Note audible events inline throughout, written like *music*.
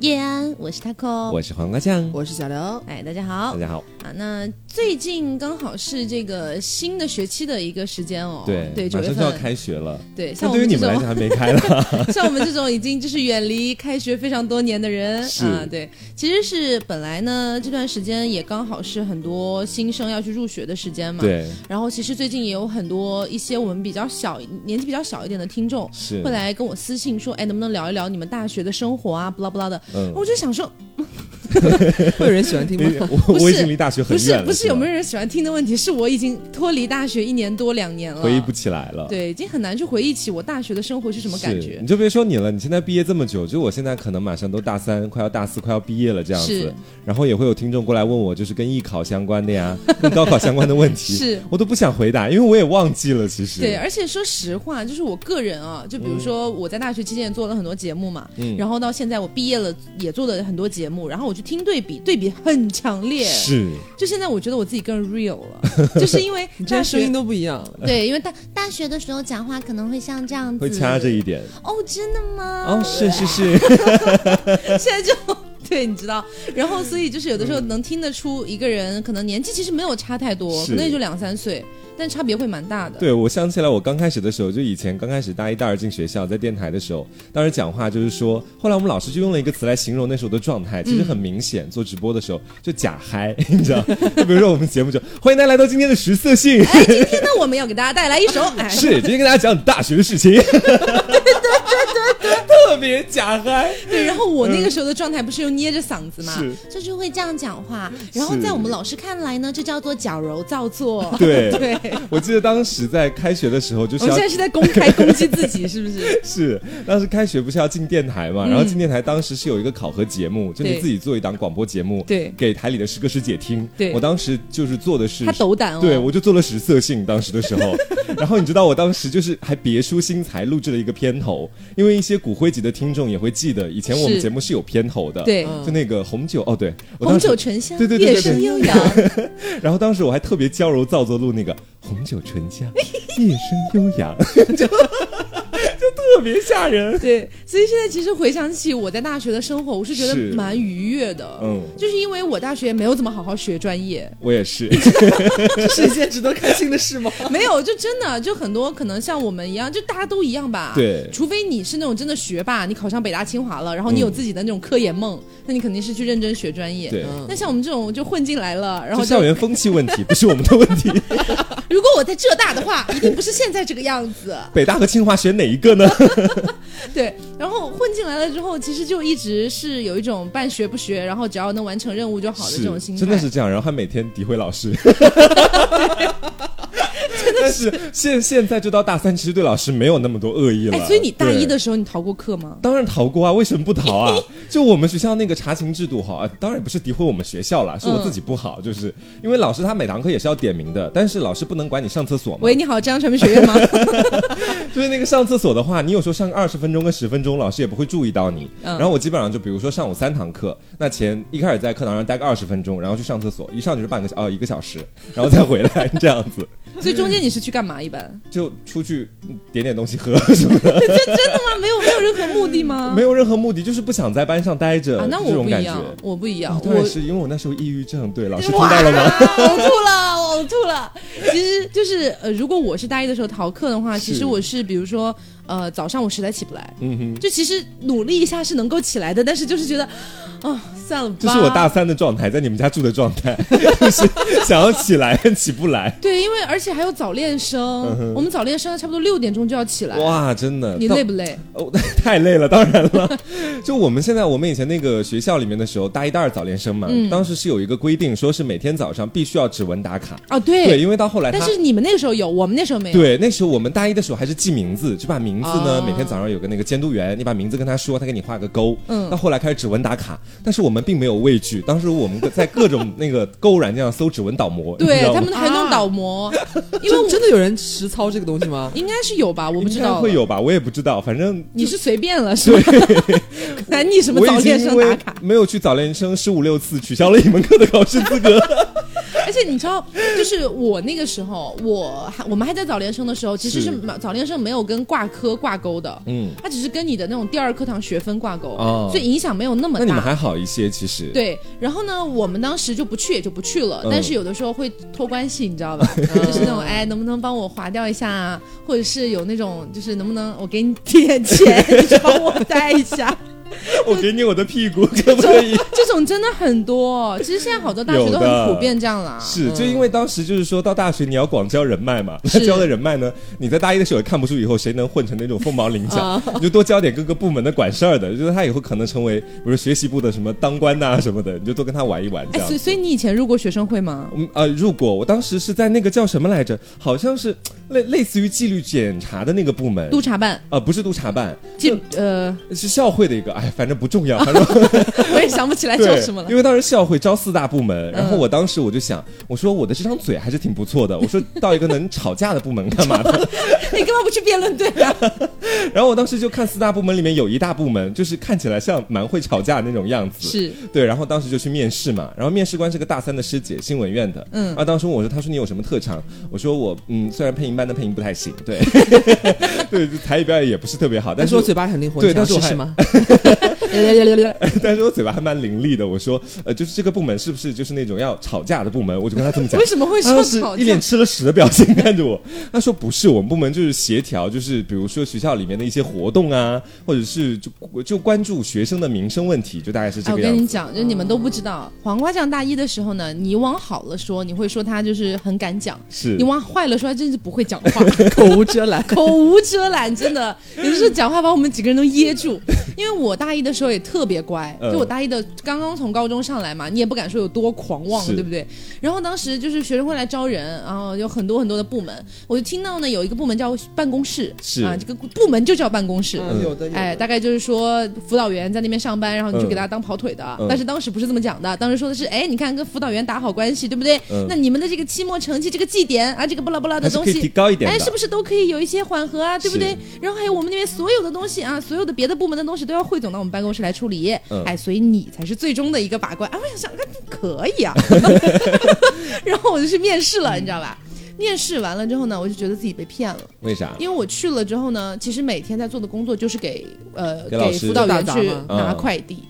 叶安，我是 taco，我是黄瓜酱，我是小刘。哎，大家好大家好，啊！那最近刚好是这个新的学期的一个时间哦，对对，九马月上就要份，开学了。对，像那我对于们你这们来讲种还没开呢， *laughs* 像我们这种已经就是远离开学非常多年的人是啊，对，其实是本来呢这段时间也刚好是很多新生要去入学的时间嘛，对，然后其实最近也有很多一些我们比较小年纪比较小一点的听众是会，来跟我私信说，哎，能不能聊一聊你们大学的生活啊，不啦不啦的。嗯，我就想 *laughs* 说，会有人喜欢听因为吗？我不是我已经离大学很不远是了，不是有没吧有人喜欢听的问题，是我已经脱离大学一年多两年了，回忆不起来了？啊对，已经很难去回忆起我大学的生活是什么是，感觉你。就别说你了，你现在毕业这么久，就我现在可能马上都大三，快要大四，快要毕业了这样子是。然后也会有听众过来问我，就是跟艺考相关的呀，跟高考相关的问题， *laughs* 是我都不想回答，因为我也忘记了。其实对，而且说实话，就是我个人啊，就比如说我在大学期间也做了很多节目嘛，嗯然后到现在我毕业了也做了很多节目，然后我去听对比，对比很强烈，是就现在我觉得我自己更 real 了， *laughs* 就是因为你这大些声音学都不一样。对，因为大大学的时候讲话可能会像这样子，会掐着一点。哦，真的吗？啊哦，是是 *laughs* 是， *laughs* 现在就对，你知道，然后所以就是有的时候能听得出一个人可能年纪其实没有差太多，是可能也就两三岁，但差别会蛮大的。 *laughs* 对我想起来，我刚开始的时候，就以前刚开始大一、大二进学校，在电台的时候，当时讲话就是说，后来我们老师就用了一个词来形容那时候的状态，其实很明显，做直播的时候就假嗨， *laughs* 你知道？就比如说我们节目就欢迎大家来到今天的十色性，今哎天我们要给大家带来一 *laughs* 首，哎，是，今天跟大家讲讲大学的事情。 *laughs* 对对对对对，特别假嗨。对，然后我那个时候的状态不是又捏着嗓子嘛，嗯是，就是会这样讲话，是然后在我们老师看来呢，这叫做矫揉造作。对啊 *laughs* 对，我记得当时在开学的时候，就是我们要现在是在公开攻击自己，是不是？ *laughs* 是当时开学不是要进电台嘛，然后进电台当时是有一个考核节目，就嗯你对自己做一档广播节目，对给台里的师哥师姐听。对我当时就是做的是他斗胆哦，对，我就做了实色性，当时的时候， *laughs* 然后你知道我当时就是还别出心裁录制了一个片头，因为一些骨灰级的听众也会记得，以前我们是节目是有片头的，对就那个红酒，哦对，我红当时酒醇香，对对对对乐声对悠扬，然后当时我还特别娇柔造作录那个红酒醇 *laughs* 香，夜声悠扬，就 *laughs* 就特别吓 *laughs* 人。对，所以现在其实回想起我在大学的生活，我是觉得是蛮愉悦的，嗯就是因为我大学没有怎么好好学专业，我也是，这是一件值得开心的事吗？ *laughs* 没有，就真的就很多可能像我们一样，就大家都一样吧，对除非你是那种真的学霸，你考上北大清华了，然后你有自己的那种科研梦，那你肯定是去认真学专业，对，嗯那像我们这种就混进来了，然后这就校园风气问题不是我们的问题。如果我在浙大的话，一定不是现在这个样 *laughs* 子。北大和清华选哪一个呢？对，然后混进来了之后，其实就一直是有一种半学不学，然后只要能完成任务就好的这种心态。哎真的是这样，然后还每天诋毁 *laughs* 老师。但是现现在就到大三，其实对老师没有那么多恶意了。哎，所以你大一对的时候你逃过课吗？当然逃过啊，为什么不逃 *laughs* 啊？就我们学校那个查勤制度哈、啊当然也不是诋毁我们学校啦，是嗯我自己不好，就是因为老师他每堂课也是要点名的，但是老师不能管你上厕所嘛喂，，你好，中央传媒学院吗？ *laughs* 就是那个上厕所的话，你有时候上二十分钟跟十分钟，老师也不会注意到你。嗯然后我基本上就比如说上午三堂课，那前一开始在课堂上待个二十分钟，然后去上厕所，一上就是半个小哦一个小时， *laughs* 然后再回来这样子，所以中间你是去干嘛？一 *laughs* 般就出去嗯点点东西喝什么的，真的吗？没有没有任何目的吗？没有任何目的，就是不想在班上待着，啊，那就我这不种一感觉。样，我不一样哦，当 *laughs* 然我是因为我那时候抑郁症，对老师听到了吗？呕吐了，我呕吐了。其实就是呃，如果我是大一的时候逃课的话，其是实我是比如说呃，早上我实在起不来，嗯哼，就其实努力一下是能够起来的，但是就是觉得，啊、算了吧。这是我大三的状态，在你们家住的状 *laughs* 态，就是想要起来起不来。对，因为而且还有早恋生，我们早恋生差不多六点钟就要起来。嗯哇，真的，你到累不累？哦， *laughs* 太累了，当然了。 *laughs* 就我们现在，我们以前那个学校里面的时候，大一、大二早恋生嘛，嗯当时是有一个规定，说是每天早上必须要指纹打卡。哦，对。对，因为到后来他但是你们那个时候有，我们那时候没有。对那时候我们大一的时候还是记名字，就把名字呢、哦每天早上有个那个监督员，你把名字跟他说，他给你画个勾。嗯到后来开始指纹打卡，但是我们并没有畏惧，当时我们在各种那个购物软件上搜指纹导模，你对知道吗他们还弄啊倒 *laughs* 模，因为真我真的有人实操这个东西吗？应该是有吧，我不知应该道。会。有吧，我也不知道，反正。你是随便了是吧？ *laughs* 还你什么我早已经恋因生打为卡？没有去早恋生十五六次，取消了一门课的考试资格。而且你知道，就是我那个时候，我还我们还在早恋生的时候，其实是是没早恋生没有跟挂科挂钩的，嗯，它只是跟你的那种第二课堂学分挂钩，哦所以影响没有那么那你们大。还好一些，其实。对，然后呢，我们当时就不去也就不去了，嗯但是有的时候会托关系，你知道 *laughs* 吧？就是那种哎，能不能帮我划掉一下啊？或者是有那种就是能不能我给你点钱，就是帮我 *laughs* 带一下，我给你我的屁 *laughs* 股，可不可以？这种真的很 *laughs* 多。哦其实现在好多大学有都的很普遍这样了啊。是，就因为当时就是说到大学你要广交人脉嘛，那是交的人脉呢，你在大一的时候也看不出以后谁能混成那种凤毛 *laughs* 麟啊角，你就多交点各个部门的管事儿的，就是他以后可能成为比如学习部的什么当官呐、什么的，你就多跟他玩一玩这哎，样所以。所以你以前入过学生会吗？嗯呃，入过，我当时是在那个叫什么来着，好像是类类似于纪律检查的那个部门，督察办呃不是督察办，进呃， *laughs* 是校会的一个，哎，反正不重要，反正我也想不起来 *laughs* 叫对，什么了嗯因。为当时校会招四大部门，然后我当时我就想，我说我的这张嘴还是挺不错的， *laughs* 我说到一个能吵架的部门干嘛的？你干嘛不去辩论队啊？ *laughs* 然后我当时就看四大部门里面有一大部门，就是看起来像蛮会吵架的那种样子。是 *laughs* 对，然后当时就去面试嘛，然后面试官是个大三的师姐，新闻院的，嗯嗯，啊，当时问我说，她说你有什么特长？我说我，嗯，虽然配音班的配音不太行，对， *laughs* 对，就才艺表演也不是特别好，但 *laughs* 但是是我嘴巴很灵活，对你想但是我试还试吗？但是我嘴巴还蛮伶俐的。我说，呃，就是这个部门是不是就是那种要吵架的部门？我就跟他这么讲。为什么会他说当时吵啊一架脸？吃了屎的表情看着我，他说不是，我们部门就是协调，就是比如说学校里面的一些活动啊，或者是就就关注学生的民生问题，就大概是哎，这我个样跟你子。讲，就是你们都不知道，黄瓜酱大一的时候呢，你往好了说，你会说他就是很敢讲；是你往坏了说，他真是不会讲话， *laughs* 口无遮拦，口无遮拦，真的，有的时候讲话把我们几个人都噎住。因为我大一的时候也特别乖，嗯就我大一的刚刚从高中上来嘛，你也不敢说有多狂妄，是对不对？然后当时就是学生会来招人，然后有很多很多的部门，我就听到呢有一个部门叫办公室，是啊，这个部门就叫办公室，嗯有的哎， *laughs* 大概就是说辅导员在那边上班，然后你去给他当跑腿的。嗯但是当时不是这么讲的，当时说的是，哎，你看跟辅导员打好关系，对不对？嗯那你们的这个期末成绩、这个绩点啊，这个不拉不拉还的是东可以提西。高一点哎，的。是不是都可以有一些缓和啊，对不对是？然后还有我们那边所有的东西啊，所有的别的部门的东西都要汇总到我们办公室来处理。嗯哎，所以你才是最终的一个把关。哎，我想想，哎可以 *laughs* 啊。 *laughs* 然后我就去面试了，你知道吧？面试完了之后呢，我就觉得自己被骗了。为啥？因为我去了之后呢，其实每天在做的工作就是给呃给老师辅导员打杂去吗拿嗯快递，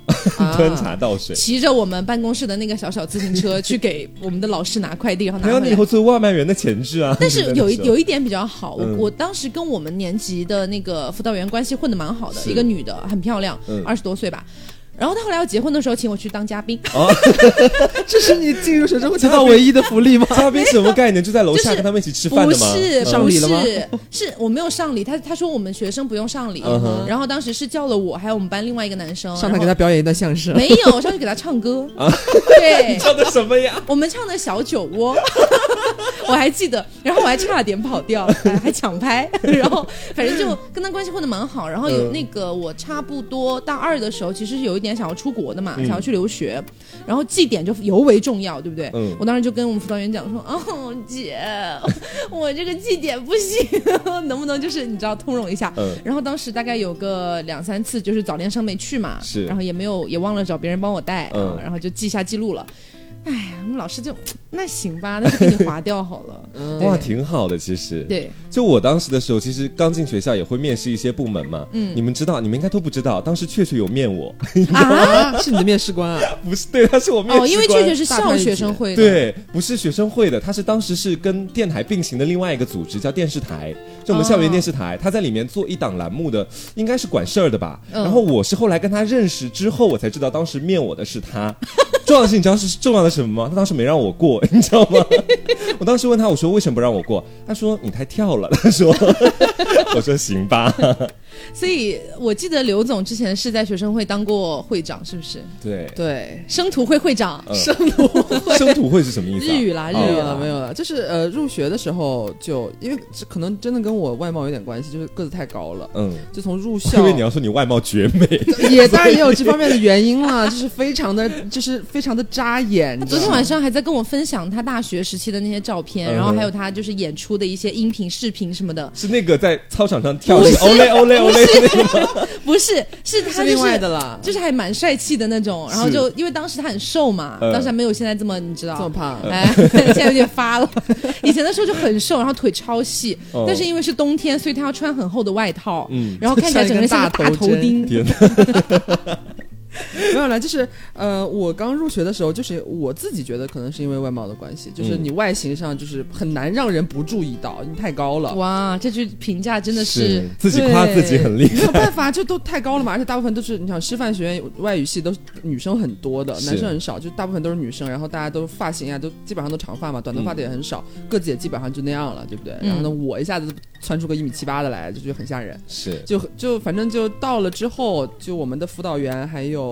*laughs* 啊端茶倒水。骑着我们办公室的那个小小自行车去给我们的老师拿快递，然后 *laughs* 还拿有回你以后来。做外卖员的潜质啊！ *laughs* 但是有一有一点比较好，我、嗯我当时跟我们年级的那个辅导员关系混得蛮好的，是一个女的，很漂亮嗯，二十、多岁吧。然后她后来要结婚的时候，请我去当嘉宾，啊，这是你进入学生会得到唯一的福利吗？嘉宾什么概念？就在楼就下是跟他们一起吃饭不的吗？ *laughs* 嗯是上不礼了吗是，是我没有上礼，他他说我们学生不用上礼嗯哼然后当时是叫了我，还有我们班另外一个男生， *laughs* 上然台后给他表演一段相声，没有，我上去给他唱歌。啊对，唱的什么呀？ *laughs* 我们唱的小酒窝， *laughs* 我还记得，然后我还差点跑掉，哎还抢拍， *laughs* 然后反正就跟他关系混得蛮好。然后有嗯那个我差不多大二的时候，其实有一点想要出国的嗯嘛，想要去留学，然后绩点就尤为重要，对不对？嗯我当时就跟我们辅导员讲说， *laughs* 哦姐，我这个绩点不行， *laughs* 能不能就是你知道通融一下？嗯然后当时大概有个两三次，就是早恋生没去嘛，是然后也没有也忘了找别人帮我带，嗯啊然后就记下记录了。哎呀，我们老师就那行吧，那就给你划掉好 *laughs* 了。哇，挺好的，其实。 *laughs* 对，就我当时的时候，其实刚进学校也会面试一些部门嘛。嗯，你们知道，你们应该都不知道，当时雀雀有面我， *laughs* 啊，是你的面试官啊，不是对，他是我面试哦，因为确实是是校学生会的，对，不是学生会的，他是当时是跟电台并行的另外一个组织，叫电视台，就我们校园电视台，他在里面做一档栏目的，应该是管事儿的吧。嗯然后我是后来跟他认识之后，我才知道当时面我的是他。 *laughs* 重要的是你知道是重要的是什么吗？他当时没让我过， *laughs* 你知道吗？我当时问他，我说为什么不让我过？他说你太跳了。他说， *laughs* 我说行吧。所以我记得刘总之前是在学生会当过会长，是不是？对， *laughs* 对。生徒会会长，嗯生徒会生土会是什么意思、啊？日语啦，日没语有啦了，没有了，就是呃，入学的时候就因为这可能真的跟我外貌有点关系，就是个子太高了，嗯，就从入我以校 *laughs* 为你要说你外貌绝美，也当然也有这方面的原因啦，就是非常的，就是非非常的扎眼。他你知昨道天吗晚上还在跟我分享他大学时期的那些照片，嗯哼然后还有他就是演出的一些音频、视频什么的。是那个在操场上跳不是是欧嘞欧嘞 *laughs* 欧嘞，不是，是他是就另外是的啦，就是还蛮帅气的那种。然后是就因为当时他很瘦嘛，嗯当时还没有现在这么你知这么道。胖，哎， *laughs* 现在有点发了。以前的时候就很瘦，然后腿超细，哦但是因为是冬天，所以他要穿很厚的外套，嗯，然后看起来整个人像个大头像一根钉。天哪，没有啦，就是呃，我刚入学的时候，就是我自己觉得可能是因为外貌的关系，就是嗯你外形上就是很难让人不注意到，你太高了。哇，这句评价真的是是自己夸自己很厉没害，有办法，就都太高了嘛， *laughs* 而且大部分都是你想师范学院外语系都是女生很多的，是男生很少，就大部分都是女生，然后大家都发型啊都基本上都长发嘛，短头发的也很少，个子也基本上就那样了，对不对？嗯然后呢，我一下子窜出个一米七八的来，就觉得很吓人。是就就反正就到了之后，就我们的辅导员还有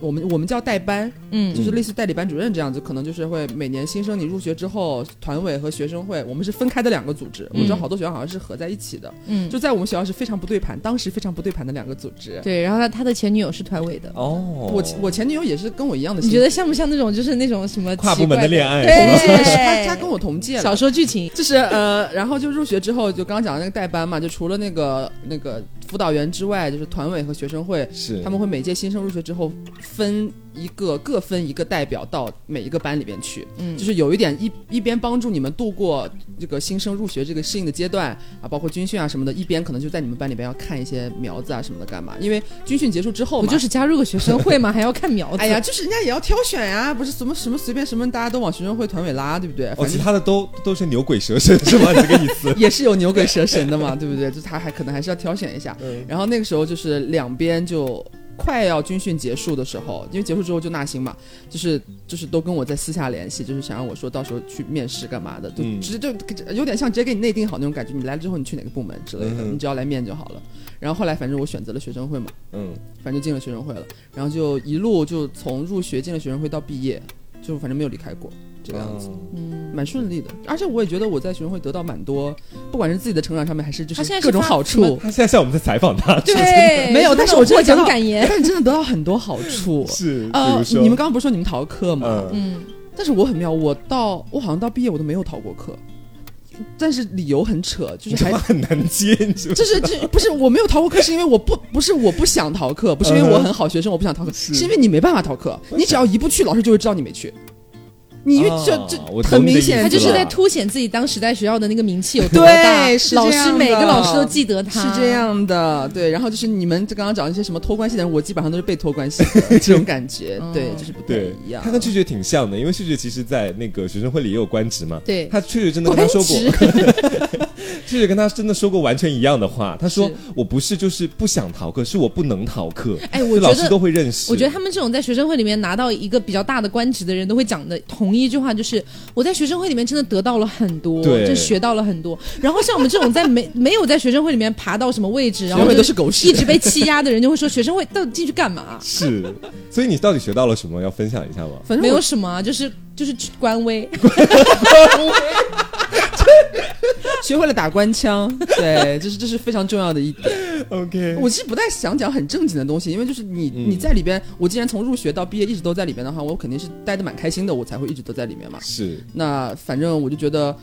我们我们叫代班，嗯就是类似代理班主任这样子，可能就是会每年新生你入学之后，团委和学生会，我们是分开的两个组织。嗯我知道好多学校好像是合在一起的，嗯，就在我们学校是非常不对盘，当时非常不对盘的两个组织。对。然后他他的前女友是团委的，哦，我我前女友也是跟我一样的你性觉格，得像不像那种就是那种什么跨奇部怪门的恋爱，对是吧 *laughs* 她她跟我同届小了。说剧情？就是呃，然后就入学之后，就刚刚讲的那个代班嘛，就除了那个那个辅导员之外，就是团委和学生会，是他们会每届新生入学之后分一个各分一个代表到每一个班里边去，嗯就是有一点一一边帮助你们度过这个新生入学这个适应的阶段啊，包括军训啊什么的，一边可能就在你们班里边要看一些苗子啊什么的，干嘛？因为军训结束之后不嘛，就是加入个学生会吗？还要看苗子？哎呀，，就是人家也要挑选呀、不是什么什么随便什么大家都往学生会团委拉，对不对？哦，反其正他的都都是牛鬼蛇神 *laughs* 是吗？这个意 *laughs* 思，也是有牛鬼蛇神的嘛，对不对？就他还可能还是要挑选一下。然后那个时候就是两边就快要军训结束的时候，因为结束之后就纳新嘛，就是就是都跟我在私下联系，就是想让我说到时候去面试干嘛的，就嗯直接就有点像直接给你内定好那种感觉，你来了之后你去哪个部门之类的，嗯哼你只要来面就好了。然后后来反正我选择了学生会嘛，嗯，反正进了学生会了，然后就一路就从入学进了学生会到毕业，就反正没有离开过这个样子。哦蛮顺利的，而且我也觉得我在学生会得到蛮多，不管是自己的成长上面，还是就他现在是是各种发好什么处。他现在像我们在采访他，。对，没有但是我真获的觉奖得感言。 *laughs* 但是真的得到很多好处是， *laughs* 比呃如，说你们刚刚不是说你们逃课吗？嗯嗯，但是我很妙，我到我好像到毕业我都没有逃过课，但是理由很扯，就是还他很难接，你知道吗 *laughs* 就是这不是我没有逃过课，是因为我不不是我不想逃课，不是因为我很好学生，我不想逃课，嗯是是因为你没办法逃课，你只要一不去，老师就会知道你没去。你越啊这我懂这很你的明意思显，了他就是在凸显自己当时在学校的那个名气有多大，对是这老样的师每个老师都记得他，是这。样的，对。然后就是你们就刚刚讲一些什么托关系的人，我基本上都是被托关系 *laughs* 的这种感觉，对嗯，就是不太对一，样他。跟拒绝挺像的，因为拒绝其实，在那个学生会里也有官职嘛。对，他确实真的跟他说过，官职确实跟他真的说过完全一样的话。他说是：“我不是就是不想逃课，是我不能逃课。”哎我觉得老师都会认识。我觉得他们这种在学生会里面拿到一个比较大的官职的人都会讲的同一句话，就是我在学生会里面真的得到了很多，对就学到了很多。然后像我们这种在没没有在学生会里面爬到什么位置，然后学会就都是狗屎一直被欺压的人就会说学生会到底进去干嘛？是，所以你到底学到了什么？要分享一下 *laughs* 吗？反正没有我什么啊，就是就是官威，学会了打官腔， *laughs* 对，这是这是非常重要的一点。 OK，我其实不太想讲很正经的东西，因为就是你、嗯你在里边，我既然从入学到毕业一直都在里边的话，我肯定是待的蛮开心的，我才会一直都在里面嘛。是那反正我就觉得，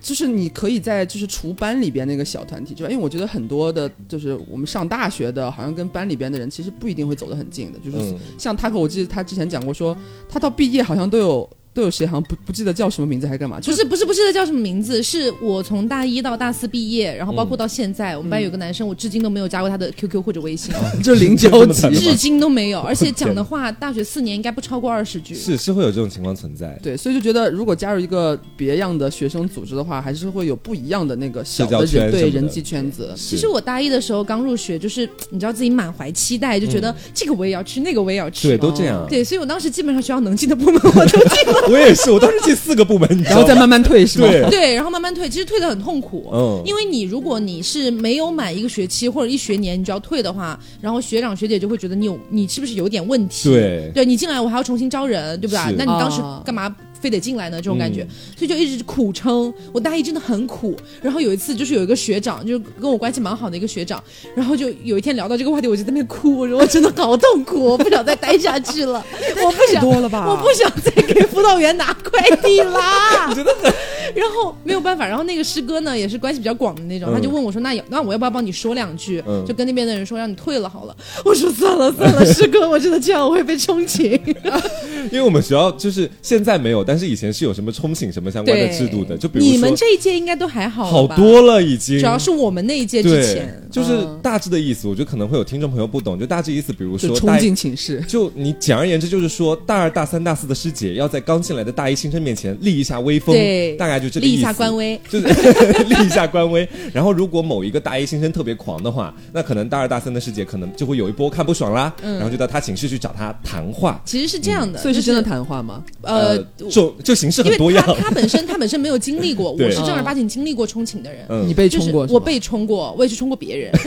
就是你可以在就是除班里边那个小团体之外，因为我觉得很多的，就是我们上大学的，好像跟班里边的人其实不一定会走得很近的。就是嗯像他和我记得他之前讲过说，他到毕业好像都有都有谁好像不不记得叫什么名字还是干嘛，不 *laughs* 就是不是不记得叫什么名字，是我从大一到大四毕业，然后包括到现在，我们班有个男生，我至今都没有加过他的 QQ 或者微哦信，就零交集这么惨。至今都 *laughs* 没有，而且讲的话，大学四年应该不超过二十句。是是会有这种情况存在。对，所以就觉得如果加入一个别样的学生组织的话，还是会有不一样的那个小社交的圈人什对么的人际圈子。其实我大一的时候刚入学，就是你知道自己满怀期待，就觉得这个我也要去，那个我也要去。嗯对都这样，对，所以我当时基本上学校能进的部门我都进。我也是，我当时进四个部门，你知然道后再吗？慢慢退是吗？对，对，然后慢慢退，其实退的很痛苦。嗯因为你如果你是没有满一个学期或者一学年，你就要退的话，然后学长学姐就会觉得你有你是不是有点问题？对你进来我还要重新招人，对不对？是那你当时啊干嘛非得进来呢？这种感觉，嗯所以就一直苦撑。我大一真的很苦。然后有一次就是有一个学长，就是跟我关系蛮好的一个学长，然后就有一天聊到这个话题，我就在那边哭，我说我真的好痛苦，我不想再待下去了，我不想多了吧我不想再给辅导员拿快递啦。然后没有办法，然后那个师哥呢也是关系比较广的那种，嗯他就问我说：“那有那我要不要帮你说两句？嗯就跟那边的人说让你退了好了。”我说：“算了算了，师哥，我真的这样我会被冲 *laughs* 醒。因为我们学校就是现在没有，但是以前是有什么冲醒什么相关的对制度的，就比如说你们这一届应该都还好好吧多了已经，主要是我们那一届之对前，，就是嗯大致的意思，我觉得可能会有听众朋友不懂，就大致意思，比如就说冲大一。进寝室。就你简而言之，就是说大二、大三、大四的师姐要在刚进来的大一新生面前立一下威风，对大概就这个立意思。一下官，威。就是 *laughs* 立一下官威。然后如果某一个大一新生特别狂的话，那可能大二、大三的师姐可能就会有一波看不爽啦，嗯然后就到他寝室去找他谈话。其实是这嗯样的，所以就是真的谈话吗？呃。就就形式因很多为他样。他本身他本身没有经历过，我 *laughs* 对是正儿八经经历过冲寝的人，嗯你被就是冲过是吗？我被冲过，我也去冲过别人。 *laughs*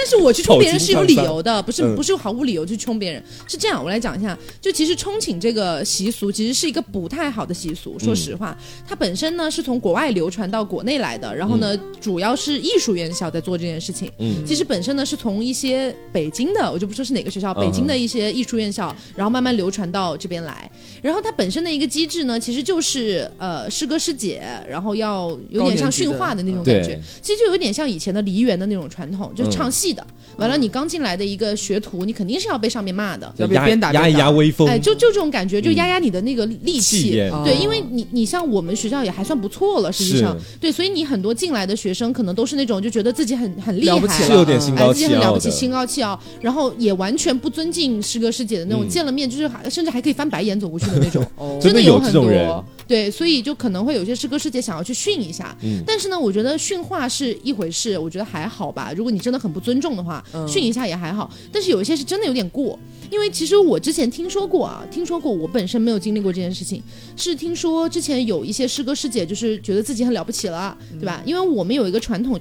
但是我去冲别人是有理由的，不是嗯不是毫无理由去冲别人。是这样，我来讲一下，就其实冲寝这个习俗其实是一个不太好的习俗。说实话，嗯它本身呢是从国外流传到国内来的，然后呢主要是艺术院校在做这件事情。嗯其实本身呢是从一些北京的，我就不说是哪个学校，嗯北京的一些艺术院校，然后慢慢流传到这边来。然后它本身的一个机制呢，其实就是呃师哥师姐，然后要有点像驯化的那种感觉嗯对，其实就有点像以前的梨园的那种传统，就是唱戏的。完了，你刚进来的一个学徒，你肯定是要被上面骂的。要被压鞭打压一鞭打压威风，哎，就就这种感觉，就压压你的那个力嗯气气。焰嗯哦对，因为你你像我们学校也还算不错了，实际上对，所以你很多进来的学生可能都是那种就觉得自己很很厉了不起，害，是有点心哎，高自己气很了傲不起，的。心高气傲，然后也完全不尊敬师哥师姐的那种，嗯见了面就是还甚至还可以翻白眼走过去的那 *laughs* 种哦真的有有这很种多人对，所以就可能会有些师哥师姐想要去训一下，嗯但是呢，我觉得训话是一回事，我觉得还好吧。如果你真的很不尊重的话，嗯训一下也还好。但是有一些是真的有点过，因为其实我之前听说过啊，听说过，我本身没有经历过这件事情，是听说之前有一些师哥师姐就是觉得自己很了不起了，嗯对吧？因为我们有一个传统。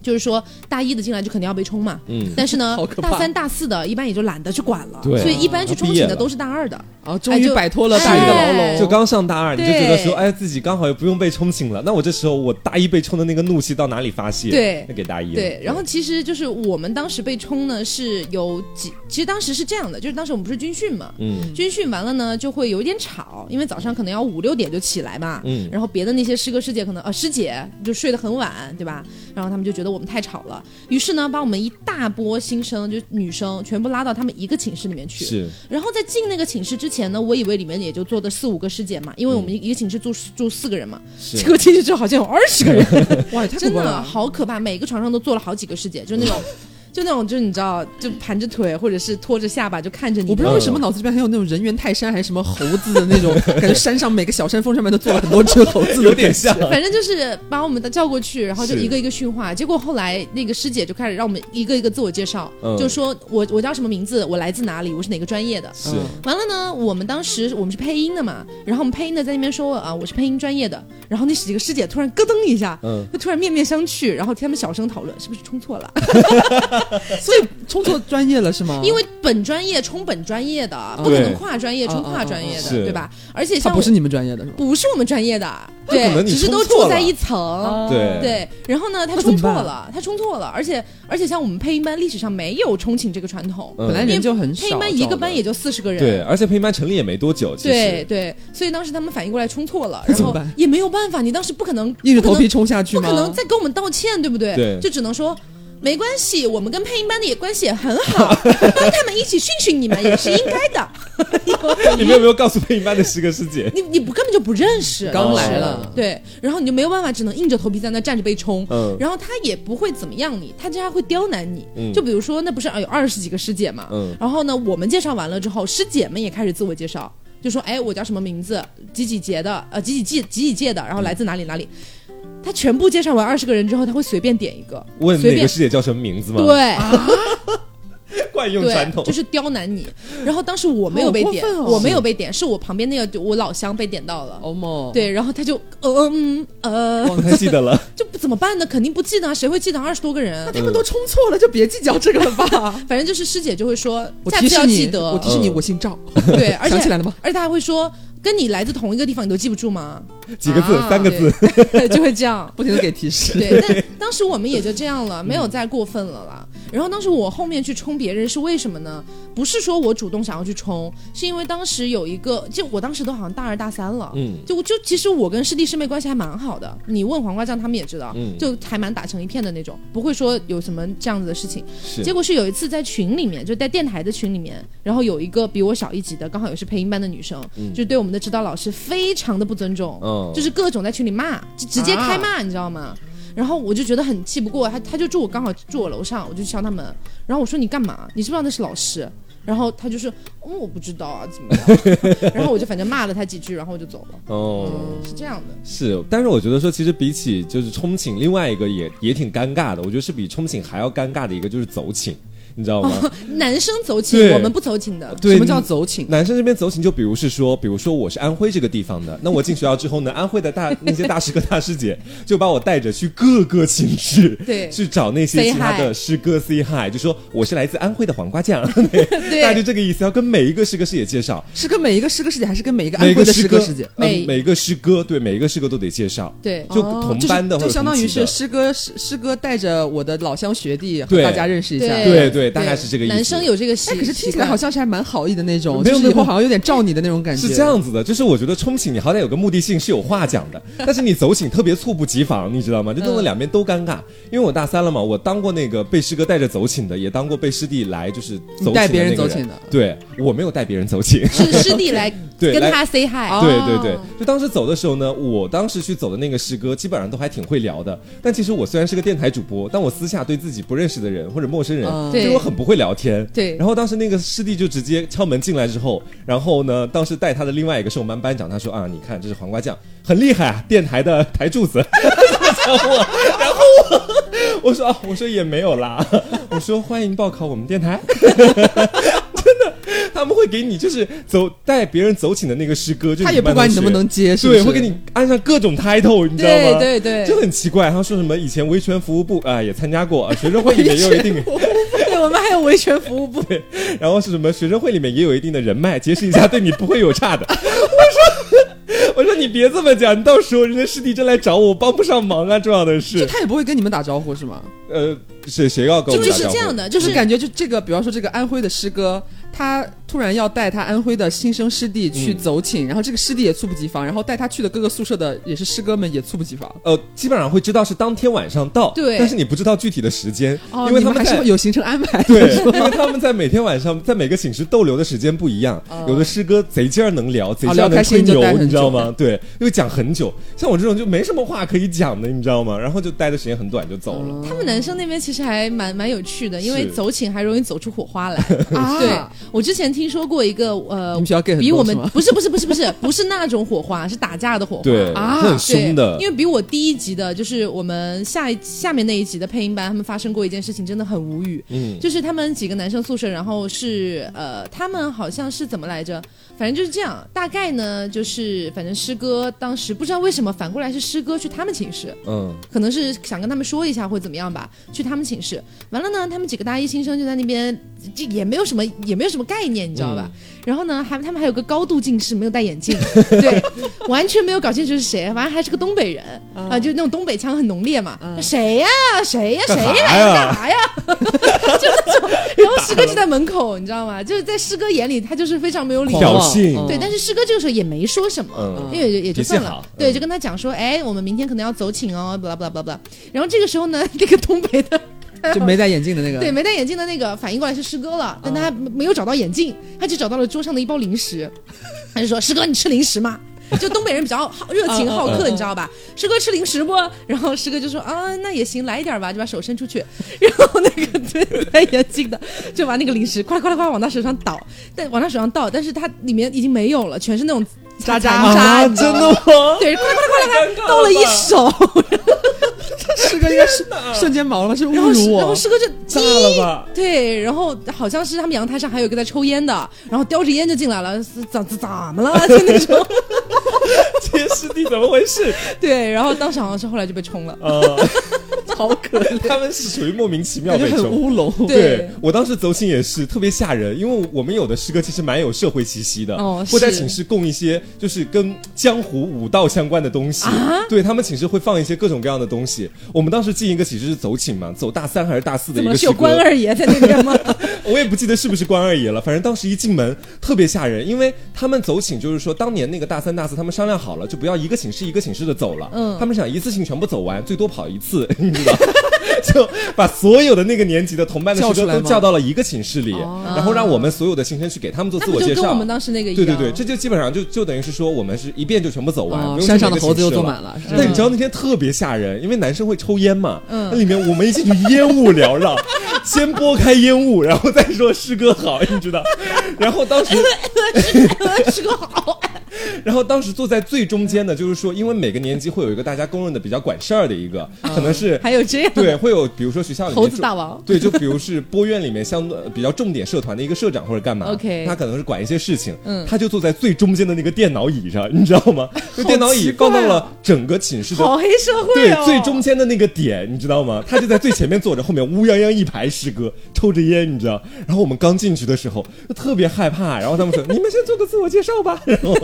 就是说，大一的进来就肯定要被冲嘛，嗯，但是 *laughs* 呢好，可怕大三、大四的一般也就懒得去管了，对啊所以一般去冲毕业寝了的都是大二的。啊，终于哎就摆脱了大一的牢笼。哎就刚上大二，你就对觉得说，哎，自己刚好又不用被冲醒了。那我这时候，我大一被冲的那个怒气到哪里发泄？对那给大一了。对，然后其实就是我们当时被冲呢是有几，其实当时是这样的，就是当时我们不是军训嘛，嗯军训完了呢就会有一点吵，因为早上可能要五六点就起来嘛，嗯然后别的那些师哥师姐可能呃师姐就睡得很晚，对吧？然后他们就觉得我们太吵了，于是呢把我们一大波新生就女生全部拉到他们一个寝室里面去，是然后在进那个寝室之前呢，我以为里面也就坐的四五个师姐嘛，因为我们一个寝室住住四个人嘛，是结果进去之后好像有二十个人。 *laughs* 哇，也太真恐怖的了！好可怕，每个床上都坐了好几个师姐，就那种，就那种，就是你知道，就盘着腿或者是拖着下巴就看着你。我不知道为什么脑子里面还有那种人猿泰山还是什么猴子的那 *laughs* 种感觉，山上每个小山峰上面都坐了很多只猴子，有 *laughs* 点 *laughs* 像。反正就是把我们叫过去，然后就是一个一个训话。结果后来那个师姐就开始让我们一个一个自我介绍，嗯就说我我叫什么名字，我来自哪里，我是哪个专业的。是嗯完了呢，我们当时我们是配音的嘛，然后我们配音的在那边说啊，我是配音专业的。然后那几个师姐突然咯噔一下，嗯，就突然面面相觑，然后他们小声讨论是不是冲错了。所以冲错专业了是啊吗？因为本专业冲本专业的，不可能跨专业冲跨专业的，嗯嗯嗯嗯对吧？而且他像不是你们专业的是吗？不是我们专业的，那可对，能你只是都冲错住了在一层。对哦对，然后呢，他那怎冲么错办了，他冲错了，而且而且像我们配音班历史上没有冲寝这个传统，嗯本来人就很少，配音班一个班也就招四十个人，对，啊而且配音班成立也没多久，其实 *laughs* 对对，所以当时他们反应过来冲错了，那然怎么后办也没有办法，你当时不可能的硬着头不可能皮冲下去不吗？可能再跟我们道歉，对不对？对就只能说。没关系，我们跟配音班的也关系也很 *laughs* 好，帮他们一起训训你们也是应该的。你们有没有告诉配音班的师哥师姐？你你不根本就不认识，刚来了对，然后你就没有办法，只能硬着头皮在那站着被冲。嗯然后他也不会怎么样你，他这还会刁难你。嗯就比如说，那不是啊有二十几个师姐嘛，嗯然后呢，我们介绍完了之后，师姐们也开始自我介绍，就说哎，我叫什么名字，几几节的，呃，几几届几几届的，然后来自哪里哪里。他全部介绍完二十个人之后，他会随便点一个，问随哪便个师姐叫什么名字吗？对。对，惯啊用对传，统， *laughs* 就是刁难你。然后当时我没有被点，好过分哦我没有被点，是我旁边那个我老乡被点到了。哦欧梦，对，然后他就呃嗯呃，忘不太记得了。就不怎么办呢？肯定不记得啊，谁会记得二十多个人？ *laughs* 他们都冲错了，就别计较这个了吧。反正就是师姐就会说， *laughs* 我下提次示要你记，得我。 *laughs* 提示你，嗯我姓赵。对，而想起且来了吗？而且他还会说，跟你来自同一个地方，你都记不住吗？几个字，啊三个字，对， *laughs* 就会这样。 *laughs* 不停的给提示。对，但当时我们也就这样了，没有再过分了啦。然后当时我后面去冲别人是为什么呢？不是说我主动想要去冲，是因为当时有一个，就我当时都好像大二大三了，嗯就就其实我跟师弟师妹关系还蛮好的。你问黄瓜酱他们也知道，嗯就还蛮打成一片的那种，不会说有什么这样子的事情。是结果是有一次在群里面，就在电台的群里面，然后有一个比我小一级的，刚好也是配音班的女生，就对我们的指导老师非常的不尊重，嗯就是各种在群里骂，就直接开骂，你知道吗？然后我就觉得很气不过，他他就住我刚好住我楼上，我就去敲他门，然后我说你干嘛？你知不知道那是老师？然后他就说，嗯，我不知道啊，怎么样？ *laughs* 然后我就反正骂了他几句，然后我就走了，哦。是这样的。是，但是我觉得说，其实比起就是冲寝，另外一个也也挺尴尬的。我觉得是比冲寝还要尴尬的一个就是走寝，你知道吗？ *laughs* 男生走寝，对我们不走寝的，对，啊什么叫走寝？男生这边走寝，就比如是说，比如说我是安徽这个地方的， *laughs* 那我进学校之后呢，安徽的大那些大师哥大师姐就把我带着去各个寝室，对去找那些 Say 其他的 hi 师哥 say hi，就说我是来自安徽的黄瓜酱， *laughs* 对，对大概就这个意思，要跟每一个师哥师姐介绍， *laughs* 是跟每一个师哥师姐，还是跟每一个每安个徽的师哥哥师姐？呃每每个师哥，对，每一个师哥都得介绍，对就哦同班的就或者是就相同当于级是的师哥师师哥带着我的老乡学弟和对大家认识一下。对对大概是这个意思男生有这个习，哎，可是听习起来惯好像是还蛮好意的那种，没有就是没有以后好像有点罩你的那种感觉。是这，样子的，就是我觉得冲寝你好歹有个目的性，是有话讲 *laughs* 的。但是你走寝特别猝不及防，你知道吗？就弄得嗯两边都尴尬。因为我大三了嘛，我当过那个被师哥带着走寝的，也当过被师弟来就是走寝的你带别那人个走人寝的对我没有带别人走寝。是 *laughs* 师弟来对跟来他 say hi，哦对对对，就当时走的时候呢，我当时去走的那个师哥，基本上都还挺会聊的。但其实我虽然是个电台主播，但我私下对自己不认识的人或者陌生人，嗯其实我很不会聊天。对然后当时那个师弟就直接敲门进来之后，然后呢，当时带他的另外一个是我们班班长，他说啊，你看这是黄瓜酱，很厉害啊，电台的台柱子。 *laughs* 然后我，然后我，我说啊，我说也没有啦，我说欢迎报考我们电台。 *laughs* 他们会给你就是走带别人走寝的那个师哥，就是他也不管你能不能接，是不是对，会给你安上各种 title，你知道吗？对对对就很奇怪。他说什么以前维权服务部啊、也参加过，啊学生会里面也有一 *laughs* 定， *laughs* 对我们还有维权服务部，然后是什么学生会里面也有一定的人脉，结识一下对你不会有差的。我说， *laughs* 我说你别这么讲，你到时候人家师弟真来找我，我帮不上忙啊，重要的，就是他也不会跟你们打招呼是吗？呃，谁谁要跟我就们打是招呼这样的，就就是是感觉就这个，比方说这个安徽的师哥，他突然要带他安徽的新生师弟嗯去走寝，然后这个师弟也猝不及防，然后带他去的各个宿舍的也是师哥们也猝不及防。呃，基本上会知道是当天晚上到，对但是你不知道具体的时间，哦，因为你他们还在是有行程安排。 *laughs* *laughs* 对，因为他们在每天晚上在每个寝室逗留的时间不一样，有的师哥贼劲儿能聊，贼劲儿哦聊能开吹心就牛待，很你知道久吗？对，因为讲很久，像我这种就没什么话可以讲的，你知道吗？然后就待的时间很短就走哦了。他们男生那边其实还蛮蛮有趣的，因为是走寝还容易走出火花来。啊对我之前听说过一个呃你们学校 gay 很多比我们是吗不是不是不是不是不是那种火花，是打架的火花。对，啊是很对凶的因，为比我第一集的，就是我们下一下面那一集的配音班，他们发生过一件事情，真的很无语。嗯，就是他们几个男生宿舍，然后是呃，他们好像是怎么来着？反正就是这样，大概呢，就是反正师哥当时不知道为什么反过来是师哥去他们寝室，嗯，可能是想跟他们说一下或者怎么样吧，去他们寝室。完了呢，他们几个大一新生就在那边，这也没有什么，也没有什么概念，你知道吧？嗯然后呢，还他们还有个高度近视，没有戴眼 *laughs* 镜，对，完全没有搞清楚是谁，反正还是个东北人嗯啊、就那种东北腔很浓烈嘛。谁呀、谁呀、谁呀、干啥呀干啥 *laughs* 呀？就那种，然后师哥就在门口，你知道吗？就是在师哥眼里，他就是非常没有礼挑貌。衅嗯对，但是师哥这个时候也没说什么，嗯因为也也就算脾气好了嗯。对，就跟他讲说，哎，我们明天可能要走寝哦，巴拉巴拉巴拉。然后这个时候呢， *laughs* 那个东北的。就没戴眼镜的那个。嗯对，没戴眼镜的那个反应过来是师哥了，但他没没有找到眼镜，他只找到了桌上的一包零食，他就说：“师哥，你吃零食吗？”就东北人比较好热情好客，你知道吧？师哥吃零食不？然后师哥就说：“啊，那也行，来一点吧。”就把手伸出去， *laughs* 然后那个对戴眼镜的就把那个零食快快快快往他手上倒，但往他手上倒，但是他里面已经没有了，全是那种渣渣哦残渣，啊，你知 *laughs* 真道吗的吗？对，快快快快快，倒了一手，师哥应该是瞬间毛了，是侮然后辱然后我。师哥就炸了吧？ *laughs* 对，然后好像是他们阳台上还有一个在抽烟的，然后叼着烟就进来了，是咋咋怎么 *laughs* 了？就那种。这师弟怎么回事？对，然后当时好像是后来就被冲了。呃， *laughs* 好可怜，他们是属于莫名其妙感觉被很冲。乌龙。对我当时走寝也是特别吓人，因为我们有的师哥其实蛮有社会气息的，哦会在是寝室供一些就是跟江湖武道相关的东西，啊对他们寝室会放一些各种各样的东西。我们当时进一个寝室是走寝嘛，走大三还是大四的怎一么个了？是师有哥，关二爷在那边 *laughs* 吗？我也不记得是不是关二爷了，反正当时一进门特别吓人，因为他们走寝就是说当年那个大三大四他们商量好了，就不要一个寝室一个寝室的走了，嗯他们想一次性全部走完，最多跑一次， *laughs* 你知道。就把所有的那个年级的同班的叫师出哥来都吗叫到了一个寝室里，哦然后让我们所有的新生去给他们做那自不我就介跟绍。我们当时那个一样？对对对，这就基本上就就等于是说我们是一遍就全部走完，哦不用去山上的每个猴子寝又室坐了满了是吧对，你知道那天特别吓人，因为男生会抽烟嘛，嗯那里面我们一进去烟雾缭绕，先拨开烟雾，然后再说师哥好，你知道， *laughs* 然后当时。 *laughs* 是个好。然后当时坐在最中间的，就是说，因为每个年级会有一个大家公认的比较管事儿的一个，嗯可能是还有 *laughs* 这样的对，会有比如说学校里面猴子重大王对，就比如是播院里面相对比较重点社团的一个社长或者干嘛 OK 他可能是管一些事情，嗯他就坐在最中间的那个电脑椅上，你知道吗？就电脑椅奇怪放到啊了整个寝室的好黑社会对哦，最中间的那个点，你知道吗？他就在最前面坐着，后面乌泱泱一排师哥抽着烟，你知道。然后我们刚进去的时候就特别害怕，然后他们说：“你们先做个自我介绍吧。”然后，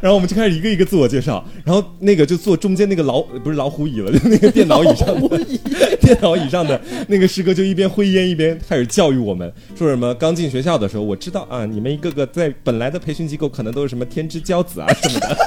然后我们就开始一个一个自我介绍。然后那个就坐中间那个老不是老虎椅了，就那个电脑椅上的 *laughs* 电脑椅上的那个师哥就一边挥烟一边开始教育我们，说什么刚进学校的时候，我知道啊，你们一个个在本来的培训机构可能都是什么天之骄子啊什么的。 *laughs*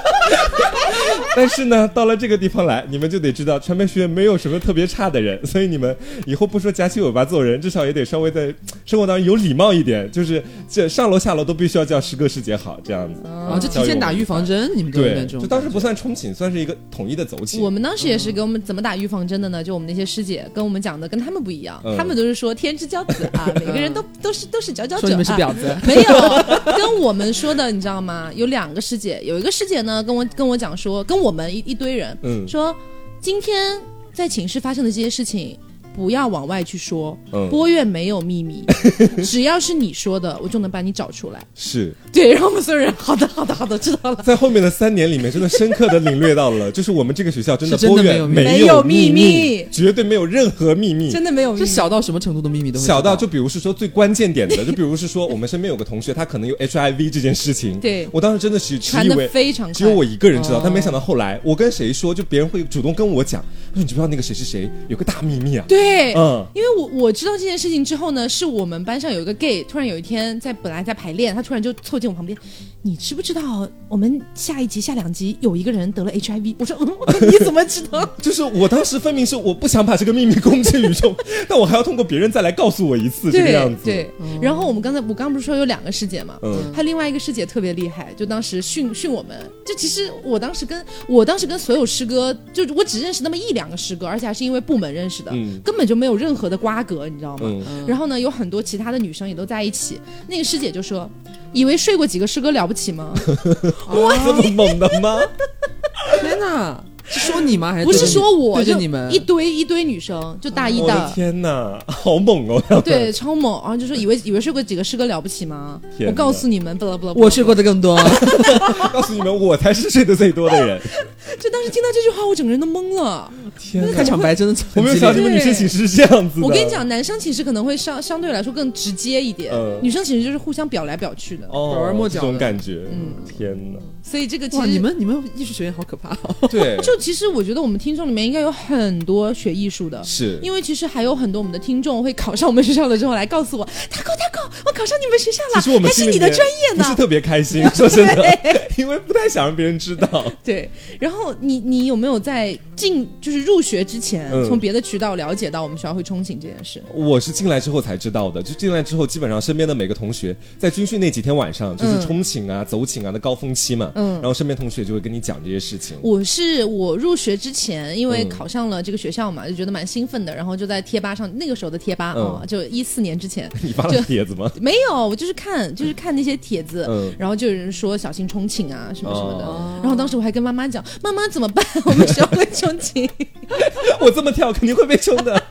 但是呢，到了这个地方来，你们就得知道传媒学院没有什么特别差的人，所以你们以后不说夹起尾巴做人，至少也得稍微在生活当中有礼貌一点，就是这上楼下楼都必须要叫师哥师姐好这样子。啊，就提前打预防针，你们都有对，那种就当时不算冲寝，算是一个统一的走寝。我们当时也是给我们怎么打预防针的呢？就我们那些师姐跟我们讲的跟他们不一样，嗯他们都是说天之骄子啊，每个人都都是都是佼佼者说你们是啊婊子， *laughs* 没有跟我们说的，你知道吗？有两个师姐，有一个师姐呢跟我跟我讲说，跟我们一一堆人嗯说，今天在寝室发生的这些事情。不要往外去说，嗯播院没有秘 *laughs* 密，只要是你说的，我就能把你找出来。是对，然后我们所有人，好的，好的，好的，知道了。在后面的三年里面，真的深刻的领略到了， *laughs* 就是我们这个学校真的是真播的没院有秘没有没秘密秘密绝对没有任何秘密，真的没有秘是密，小到什么程度的秘密都会知小到就比如是说最关键点的，就 *laughs* 比如是说我们身边有个同学，他可能有 HIV 这件事情。对我当时真的是只传以的为非常快。只有我一个人知道，哦但没想到后来我跟谁说，就别人会主动跟我讲，他说你知不知道那个谁谁谁有个大秘密啊？对，嗯因为我我知道这件事情之后呢，是我们班上有一个 gay，突然有一天在本来在排练，他突然就凑近我旁边，你知不知道我们下一集下两集有一个人得了 HIV？我说嗯， *laughs* 你怎么知道？就是我当时分明是我不想把这个秘密 *laughs* 公之于众，但我还要通过别人再来告诉我一次这个样对子。对，然后我们刚才我刚不是说有两个师姐嘛，嗯还有另外一个师姐特别厉害，就当时训训我们，就其实我当时跟我当时跟所有师哥，就我只认识那么一两个师哥，而且还是因为部门认识的，嗯根本就没有任何的瓜葛，你知道吗？嗯， *laughs* 然后呢，有很多其他的女生也都在一起。那个师姐就说：“以为睡过几个师哥了不起 *laughs* 吗？这么猛的 *laughs* 吗？天哪，是说你吗？还是不哎对着是你说我，对着就你们哦一堆一堆女生，就大一我的的，天哪，好猛哦！对，啊超猛。然后就说以为以为睡过几个师哥了不起吗？天哪我告诉你们，不啦不啦，我睡过的更 *laughs* 多，告诉你们，我才是睡得最多 *laughs* 的人。就当时听到这句话，我整个人都懵了。天开场白真的我很没有激想到烈。你们女生寝室是这样子的。我跟你讲，男生寝室可能会相相对来说更直接一点，呃嗯女生寝室就是互相表来表去的。哦，拐弯抹角这种的感觉，嗯，天 *laughs* 哪，所以这个其哇，实你们你们艺术学院好可怕哦！对， *laughs* 就其实我觉得我们听众里面应该有很多学艺术的，是因为其实还有很多我们的听众会考上我们学校了之后来告诉我，大狗大狗，我考上你们学校其了，实我们还心是里你的面专业不是呢。特别开心， *laughs* 说真的，因为不太想让别人知道。对，然后你你有没有在进就是入学之前，嗯从别的渠道了解到我们学校会冲憬这件事？我是进来之后才知道的，就进来之后，基本上身边的每个同学在军训那几天晚上，就是嗯冲寝啊、走寝啊的高峰期嘛，嗯然后身边同学就会跟你讲这些事情。我是我入学之前，因为嗯考上了这个学校嘛，就觉得蛮兴奋的，然后就在贴吧上，那个时候的贴吧啊、嗯就一四年之前， *laughs* 你发了就帖子吗？没有，我就是看就是看那些帖子，嗯然后就有人说小心冲寝啊什么什么的，哦 *laughs* *laughs* 然后当时我还跟妈妈讲，妈妈怎么办？我们学校会冲寝。 *laughs* 我这么跳肯定会被冲的。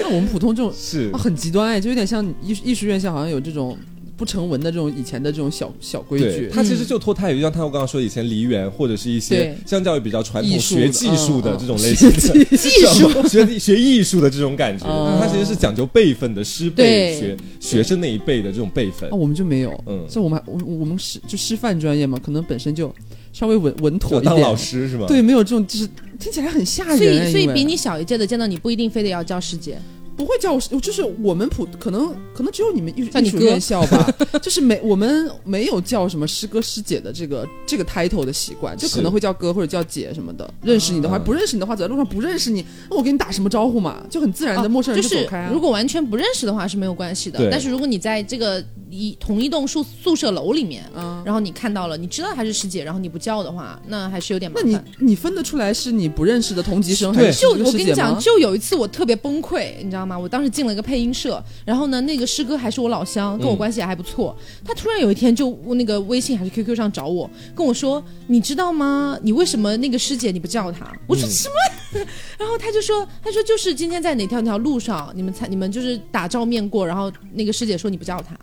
那我们普通这种 *laughs* 是啊，很极端哎，就有点像艺术艺术院校，好像有这种不成文的这种以前的这种小小规对，矩。它其实就脱胎于像他我刚刚说以前梨园或者是一些对相较于比较传艺统术学的技术的嗯这种类型的。 *laughs* 技术学学艺术的这种感觉，嗯它其实是讲究辈分的，师辈对学学生那一辈的这种辈分啊，。我们就没有，嗯所以我们还我我们师就师范专业嘛，可能本身就稍微稳稳妥要一点。当老师是吗？对，没有这种，就是听起来很吓人所哎。以所以因为比你小一届的见到你不一定非得要叫师姐，不会叫我师，就是我们普可能可能只有你们艺叫术你艺术哥院 *laughs* 校吧，就是没我们没有叫什么师哥师姐的这个这个 title 的习惯，就是可能会叫哥或者叫姐什么的。认识你的话，嗯不认识你的话，走在路上不认识你，那我给你打什么招呼嘛？就很自然的，哦陌生人就走是开啊。如果完全不认识的话是没有关系的对，但是如果你在这个一同一栋宿宿舍楼里面，嗯，然后你看到了，你知道她是师姐，然后你不叫的话，那还是有点麻那烦。你你分得出来是你不认识的同级生还对 *laughs* 是师就哥我师跟你姐讲，吗？就有一次我特别崩溃，你知道吗？我当时进了一个配音社，然后呢，那个师哥还是我老乡，跟我嗯关系也还不错。他突然有一天就那个微信还是 QQ 上找我，跟我说：“你知道吗？你为什么那个师姐你不叫她？”我说：“嗯什么？” *laughs* 然后他就说：“他说就是今天在哪条哪条路上，你们才你们就是打照面过，然后那个师姐说你不叫她。”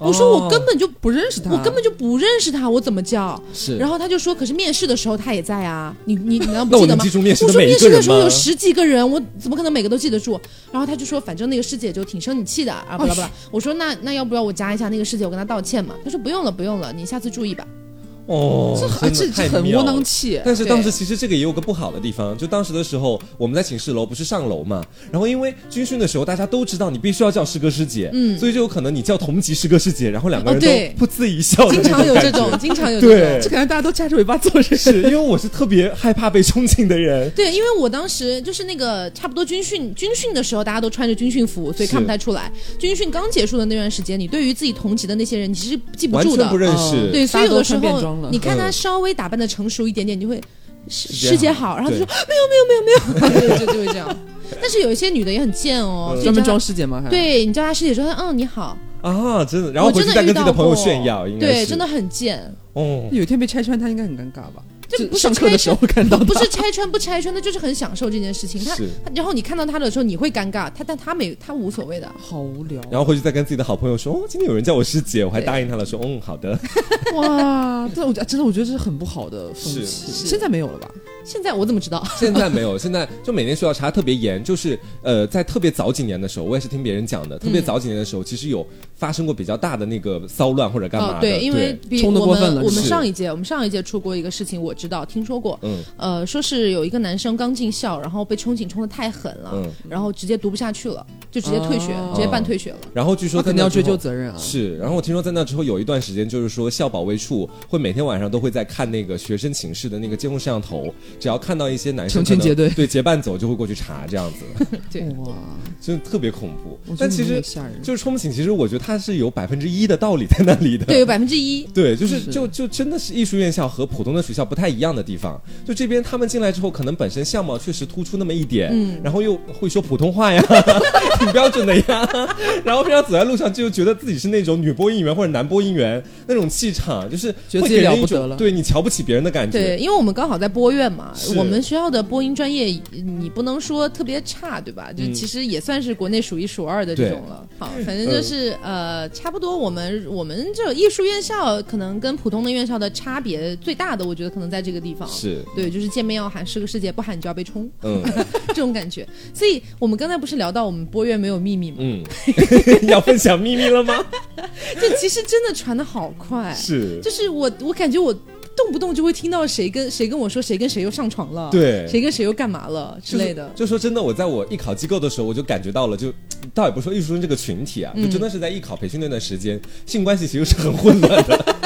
我说：“哦我根本就不认识他，我根本就不认识她，我怎么叫？”是然后他就说：“可是面试的时候他也在啊，你你你难道那不我记得能吗？”记住面试我的说每一面个试的人时候有吗？十几个人，我怎么可能每个都记得住？然后他就说，反正那个师姐就挺生你气的哦啊，不啦不啦。我说那那要不要我加一下那个师姐，我跟她道歉嘛？他说不用了不用了，你下次注意吧。哦，真这很的这太这很妙窝囊了气。但是当时对其实这个也有个不好的地方，就当时的时候我们在寝室楼不是上楼嘛，然后因为军训的时候大家都知道你必须要叫师哥师姐，嗯所以就有可能你叫同级师哥师姐，然后两个哦人对都噗呲一笑的经哦那常有这感觉种，经常有这种。对就，感觉大家都夹着尾巴做人， *laughs* 是因为我是特别害怕被冲进 *laughs* 的人，对，因为我当时就是那个差不多军训，军训的时候大家都穿着军训服，所以看不是太出来。军训刚结束的那段时间，你对于自己同级的那些人，你其实记不完住全的不。认哦识。对，所以大家有都的时穿便候装了你看他嗯稍微打扮的成熟一点点，你就会师师姐师姐好好，然后他对说没有没有没有没有，就就就会这 *laughs* 样。但是有一些女的也很贱哦，嗯所以专门叫她装师姐吗？还，对你叫她师姐说，嗯，你好，啊，真的，然后我回真去的再遇跟自己到的朋友过炫耀，应该对，是真的很贱，哦，有一天被拆穿，他应该很尴尬吧？这就不是上课的时候看到他，不是拆穿不拆穿，她就是很享受这件事情。她是，她然后你看到她的时候，你会尴尬，她但她没她无所谓的。 *laughs* 好无聊。然后回去再跟自己的好朋友说，哦，今天有人叫我师姐，我还对答应他了，说嗯好的，哇，这我觉得真的，我觉得这是很不好的风是气。是现在没有了吧？现在我怎么知道？现在没有，现在就每年学校查得特别严，就是呃，在特别早几年的时候，我也是听别人讲的，特别早几年的时候，其实有发生过比较大的那个骚乱或者干嘛哦的，，对，因为比我冲得们过分了我们是上一届我们上一届出过一个事情，我知道听说过，嗯呃，说是有一个男生刚进校，然后被冲井冲的太狠了，啊嗯，然后直接读不下去了，就直接退学，哦直接办退学了。然后据那说在肯那定要之追后究责任啊。是，然后我听说在那之后有一段时间，就是说校保卫处会每天晚上都会在看那个学生寝室的那个监控摄像头，只要看到一些男生成群可能结队对 *laughs* 结伴走，就会过去查，这样子，对哇，真的特别恐怖我。觉但得其你们实很吓人。就是冲醒，其实我觉得它是有百分之一的道理在那 *laughs* 里的。对，有百分之一，对，就是是就就真的是艺术院校和普通的学校不太一样的地方。就这边他们进来之后，可能本身相貌确实突出那么一点，嗯然后又会说普通话呀， *laughs* 挺标准的呀。 *laughs* 然后平常走在路上就觉得自己是那种女播音员或者男播音员那种气场，就是觉得会自给己人了不一种得了对你瞧不起别人的感觉。对，因为我们刚好在播院嘛是，我们学校的播音专业，你不能说特别差，对吧？嗯就其实也算是国内数一数二的这种了。好，反正就是呃，差不多我们我们这种艺术院校可能跟普通的院校的差别最大的，我觉得可能在这个地方。是，对，就是见面要喊是个世界，不喊你就要被冲， *laughs* 嗯这种感觉。所以我们刚才不是聊到我们播院没有秘密吗？嗯， *laughs* 要分享秘密了吗？这其实真的传的好快，是，就是我我感觉我动不动就会听到谁跟谁跟我说谁跟谁又上床了，对谁跟谁又干嘛了之类的。就是就说真的，我在我艺考机构的时候，我就感觉到了就，倒也不是说艺术生这个群体嗯啊，就真的是在艺考培训那段时间，性关系其实是很混乱的。 *laughs*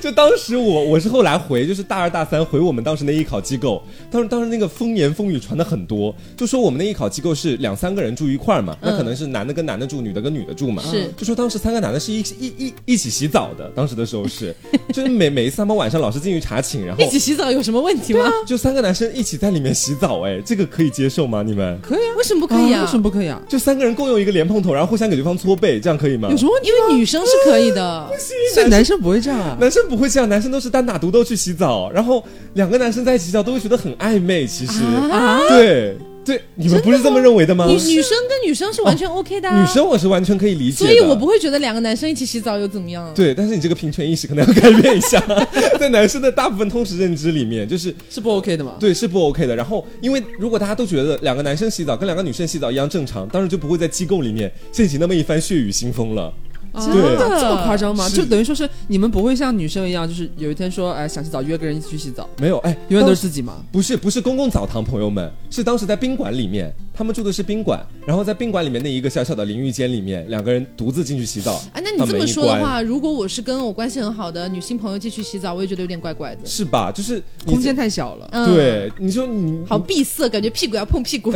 就当时我我是后来回，就是大二大三回我们当时那艺考机构，当时当时那个风言风语传的很多，就说我们那艺考机构是两三个人住一块儿嘛，那可能是男的跟男的住，女的跟女的住嘛，嗯是就说当时三个男的是一一一一起洗澡的，当时的时候是，就是每每一次他们晚上老师进去查寝，然后一起洗澡有什么问题吗？就三个男生一起在里面洗澡，哎，这个可以接受吗？你们可以啊，为什么不可以啊？为什么不可以啊？就三个人共用一个莲蓬头，然后互相给对方搓背，这样可以吗啊有？什么问题？因为女生是可以的，所以男生不会这样啊？ *laughs* 男生不会这样，男生都是单打独斗去洗澡，然后两个男生在一起洗澡都会觉得很暧昧。其实，啊对对，你们不是这么认为的吗？女女生跟女生是完全 OK 的、啊女生我是完全可以理解所的，以我不会觉得两个男生一起洗澡又怎么样。啊对，但是你这个平权意识可能要改变一下， *laughs* 在男生的大部分通识认知里面，就是是不 OK 的啊吗？对，是不 OK 的。然后，因为如果大家都觉得两个男生洗澡跟两个女生洗澡一样正常，当然就不会在机构里面掀起那么一番血雨腥风了。啊对这么夸张吗？是就等于说是你们不会像女生一样，就是有一天说，哎，想洗澡约个人一起去洗澡，没有，哎，永远都当是自己吗？不是不是公共澡堂，朋友们，是当时在宾馆里面，他们住的是宾馆，然后在宾馆里面那一个小小的淋浴间里面，两个人独自进去洗澡。哎，那你把这门么一说的关，话，如果我是跟我关系很好的女性朋友进去洗澡，我也觉得有点怪怪的。是吧？就是你空间太小了。嗯，，对，你说你好闭塞，感觉屁股要碰屁股。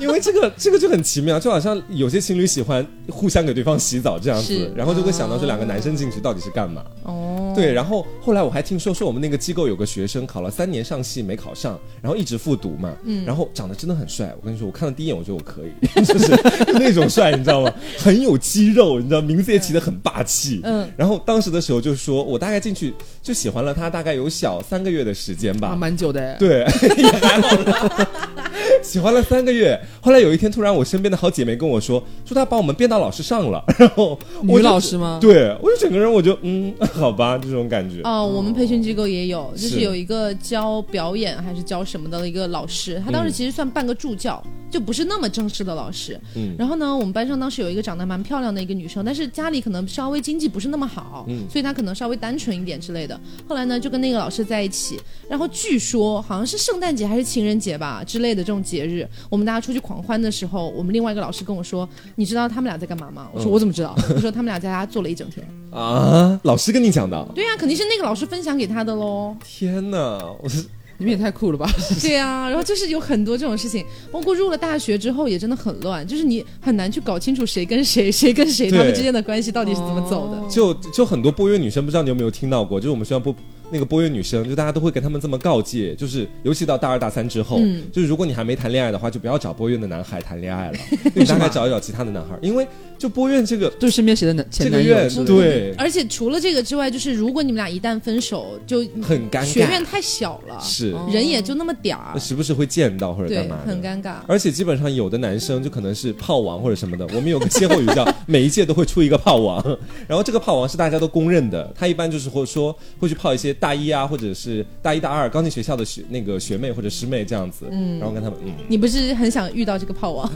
因为这个这个就很奇妙，就好像有些情侣喜欢互相给对方洗澡这样子是，啊然后就会想到说两个男生进去到底是干嘛。哦，对，然后后来我还听说说我们那个机构有个学生考了三年上戏没考上，然后一直复读嘛，嗯然后长得真的很帅，我跟你说，我看了第一眼我觉得我可以， *laughs* 就是那种帅，你知道吗？很有肌肉，你知道，名字也起得很霸气，嗯然后当时的时候就说，我大概进去就喜欢了他，大概有小三个月的时间吧，啊，蛮久的哎。对， *laughs* 也还好啦喜欢了三个月，后来有一天突然我身边的好姐妹跟我说，说她把我们变到老师上了，然后我女就老师吗？对我就整个人我就嗯， *laughs* 好吧，这种感觉。哦，我们培训机构也有，就是是有一个教表演还是教什么的一个老师，他当时其实算半个助教，就不是那么正式的老师。嗯然后呢，我们班上当时有一个长得蛮漂亮的一个女生，但是家里可能稍微经济不是那么好，嗯所以她可能稍微单纯一点之类的。后来呢，就跟那个老师在一起，然后据说好像是圣诞节还是情人节吧之类的这种节日，我们大家出去狂欢的时候，我们另外一个老师跟我说：“你知道他们俩在干嘛吗？”我说：“我怎么知道？”我说：“他们俩在家坐了一整天。啊，老师跟你讲的”，对啊呀、肯定是那个老师分享给他的喽。天哪，我是你们也太酷了吧！ *laughs* *laughs* 对啊，然后就是有很多这种事情，包括入了大学之后也真的很乱，就是你很难去搞清楚谁跟谁、谁跟谁对他们之间的关系到底是怎么走的。就就很多播约女生，不知道你有没有听到过，就是我们学校播那个播约女生，就大家都会跟他们这么告诫，就是尤其到大二大三之后，嗯就是如果你还没谈恋爱的话，就不要找播约的男孩谈恋 *laughs* 爱了，你大概找一找其他的男孩，因为就播约这个就是身边谁的男这前个男友月之类的对而且除了这个之外，就是如果你们俩一旦分手，就很尴尬，学院太小了，是、哦人也就那么点儿，时不时会见到或者干对，嘛的，很尴尬。而且基本上有的男生就可能是炮王或者什么的。我们有个歇后语叫每一届都会出一个炮王， *laughs* 然后这个炮王是大家都公认的，他一般就是会说会去泡一些大一啊或者是大一大二刚进学校的学那个学妹或者师妹这样子，嗯，然后跟他们，嗯，你不是很想遇到这个炮 *laughs* 王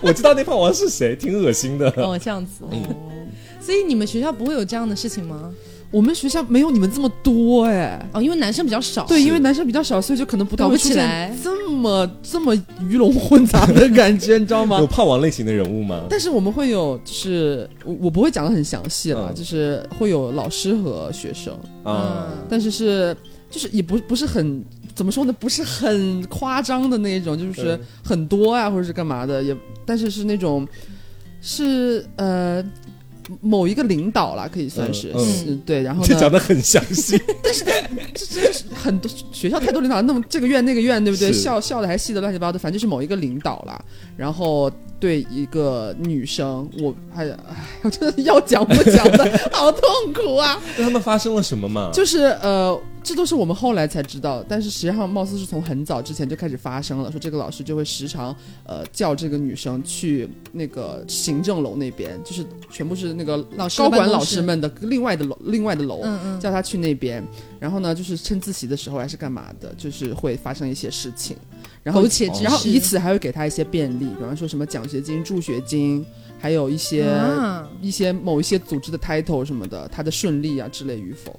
我知道那炮王是谁，挺恶心的。哦，这样子，嗯所以你们学校不会有这样的事情吗？我们学校没有你们这么多哎。哦，因为男生比较少，对，因为男生比较少，所以就可能不太搞会不出起现来这么这么鱼龙混杂的感觉，你知道吗有？炮王类型的人物吗？但是我们会有，就是我我不会讲的很详细了，嗯就是会有老师和学生，啊、嗯但是是就是也不不是很怎么说呢，不是很夸张的那一种，就是嗯很多啊或者是干嘛的，也但是是那种是呃某一个领导啦，可以算是、嗯嗯是 *laughs* 对，然后这讲呢，的很详细，这这是很多学校太多领导，那么这个院那个院，对不对？是校校的还系的乱七八糟的，反正就是某一个领导啦，然后。对一个女生，我哎呀，哎，我真的要讲不讲 *laughs* 的，好痛苦啊！那他们发生了什么嘛？就是呃，这都是我们后来才知道，但是实际上貌似是从很早之前就开始发生了，说这个老师就会时常呃叫这个女生去那个行政楼那边，就是全部是那个老师的高管办公老师室们的另外的楼，另外的楼。嗯嗯，叫她去那边，然后呢，就是趁自习的时候还是干嘛的，就是会发生一些事情，然后苟且之然后事以此还会给她一些便利，比方说什么奖学金、助学金，还有一些、啊一些某一些组织的 title 什么的，他的顺利啊之类与否。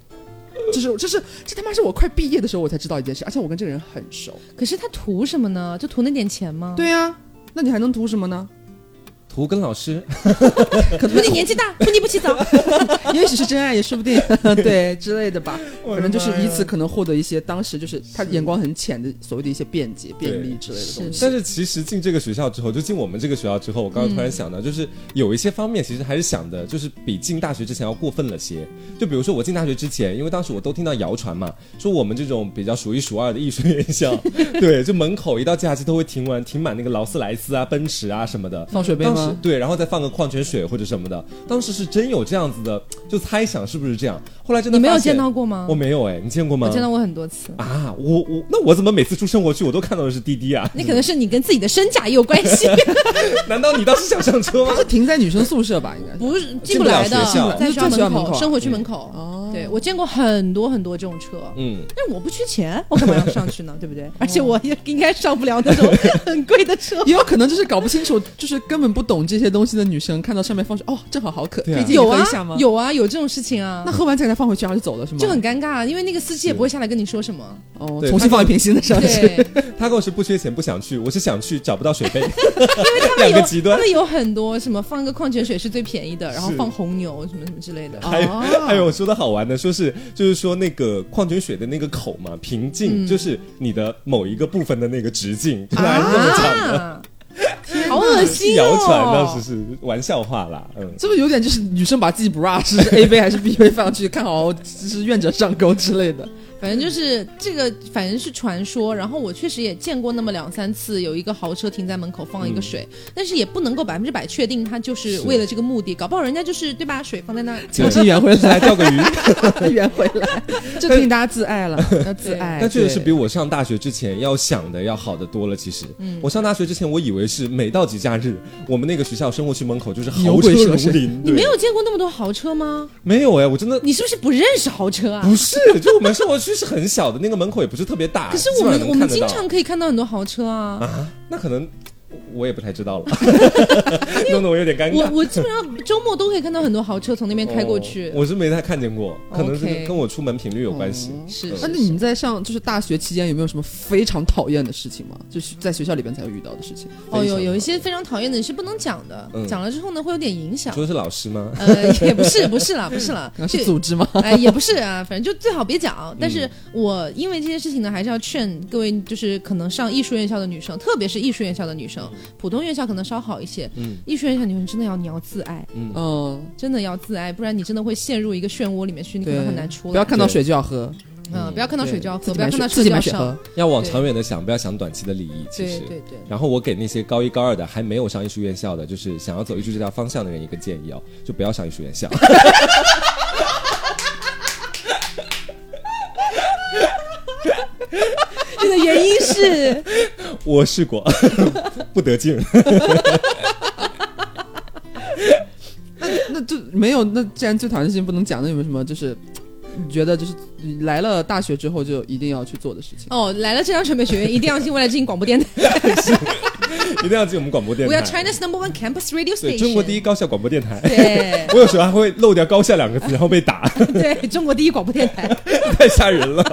这是这是这他妈是我快毕业的时候我才知道一件事，而且我跟这个人很熟。可是他图什么呢？就图那点钱吗？，对呀、那你还能图什么呢？图跟老师图你年纪大，图你不起 *laughs* 早。 *laughs* 也许是真爱，也说不定，对之类的吧。反正就是以此可能获得一些当时就是他眼光很浅的所谓的一些便捷、便利之类的东是西但。是其实进这个学校之后，就进我们这个学校之后，我刚刚突然嗯想到，就是有一些方面其实还是想的，就是比进大学之前要过分了些。就比如说我进大学之前，因为当时我都听到谣传嘛，说我们这种比较数一数二的艺术院 *laughs* 校，对，就门口一到假期都会停完停满那个劳斯莱斯啊、奔驰啊什么的。放水杯当时吗？对，然后再放个矿泉水或者什么的，当时是真有这样子的，就就猜想是不是这样。后来真的你没有发现见到，过吗？我没有哎，你见过吗？我见到过很多次。啊，我我那我怎么每次出生活去我都看到的是滴滴啊？那可能是你跟自己的身价也有关系，嗯 *laughs* 难道你当时想上车吗它？是停在女生宿舍吧？应该是 *laughs* 不是进进不不了来的学校，在就在学校门门口生活区门口。哦对，我见过很多很多这种车，嗯，哦但我不缺钱，我干嘛要上去 *laughs* 呢？对不对？而且我也应该上不了那种很贵的车。也有可能就是搞不清楚，就是根本不懂这些东西的女生，看到上面放水，哦，正好好渴，可对啊以借你有喝啊一下吗？，有啊，有这种事情啊那，喝完再给她放回去，然后就走了是吗？就很尴尬，因为那个司机也不会下来跟你说什 *laughs* 么。哦，对重新放一瓶新的上去。对， *laughs* 他跟我是不缺钱不想去，我是想去找不到水杯， *laughs* 他两们个有极端他。们有很多什么放个矿泉水是最便宜的，然后是放红牛什么什么之类的。还有、哦还有说的好玩的，说是就是说那个矿泉水的那个口嘛，瓶嗯颈、就是你的某一个部分的那个直径，就是按这么长的，啊，好恶心 *laughs* 谣传当哦时！是玩笑话啦，嗯。是不是有点就是女生把自己 bra 是 A 杯还是 B 杯放上去， *laughs* 看好就是愿者上钩之类的？反正就是这个，反正是传说。然后我确实也见过那么两三次，有一个豪车停在门口放一个水，但是也不能够百分之百确定他就是嗯是为了这个目的，搞不好人家就是对吧？水放在那儿，重新圆回来来，*laughs* 钓个鱼， *laughs* 圆回来，就提醒大家自爱了，要自哎爱。那确实是比我我上大学之前要想的要好得多了。其实，嗯我上大学之前，我以为是每到节假日，我们那个学校生活区门口就是牛豪车鬼如蛇神林。你没对有见过那么多豪车吗？没有哎，我真的你是不是不认识豪车啊？不是，就我们生活区是很小的，那个门口也不是特别大。可是基我们本上能我们看得经到常可以看到很多豪车啊。 *laughs* 啊，那可能我也不太 *laughs* 知道了，弄得我有点尴我尬。我基本上周末都可以看到很多豪车从那边开过去。哦我是没太看见过，可能是 OK 跟我出门频率有关系。是嗯那你们在上就是大学期间有没有什么非常讨厌的事情吗？就是在学校里边才会遇到的事情。哦，有有一些非常讨厌的是不能讲的，嗯讲了之后呢会有点影响除。了是老师吗？呃，也不是，不是啦，不是 *laughs* 啦，那是就组织吗？ *laughs* 哎，也不是啊，反正就最好别讲。但是嗯我因为这些事情呢，还是要劝各位，就是可能上艺术院校的女生，特别是艺术院校的女生，普通院校可能稍好一些。嗯艺术院校女生真的要你要自爱，嗯，嗯，真的要自爱，不然你真的会陷入一个漩涡里面去，你可对能很难，出不来。要看到水就要喝，嗯，不要看到水就要自喝，己不要买看到水自己就买要水上喝。。要往长远的想，不要想短期的利益。其对实，对对。然后我给那些高一高二的还没有上艺术院校的，就是想要走艺术这条方向的人一个建议哦，就不要上艺术院 *laughs* 校。你的原因 *laughs* 是，我试过， *laughs* 不得劲。 *laughs* 那就没有。那既然最讨厌的事情不能讲，那有没有什么就是你觉得就是来了大学之后就一定要去做的事情？哦，来了浙江传媒学院，一定要进未来之星广播电台。 *laughs* 一定要进我们广播电 We 台。 are China's number one campus radio 对 station。中国第一。高校广播电台。对 *laughs* 我有时候还会漏掉“高校”两个字，然后被打， *laughs* 对，中国第一广播电台。太吓人了。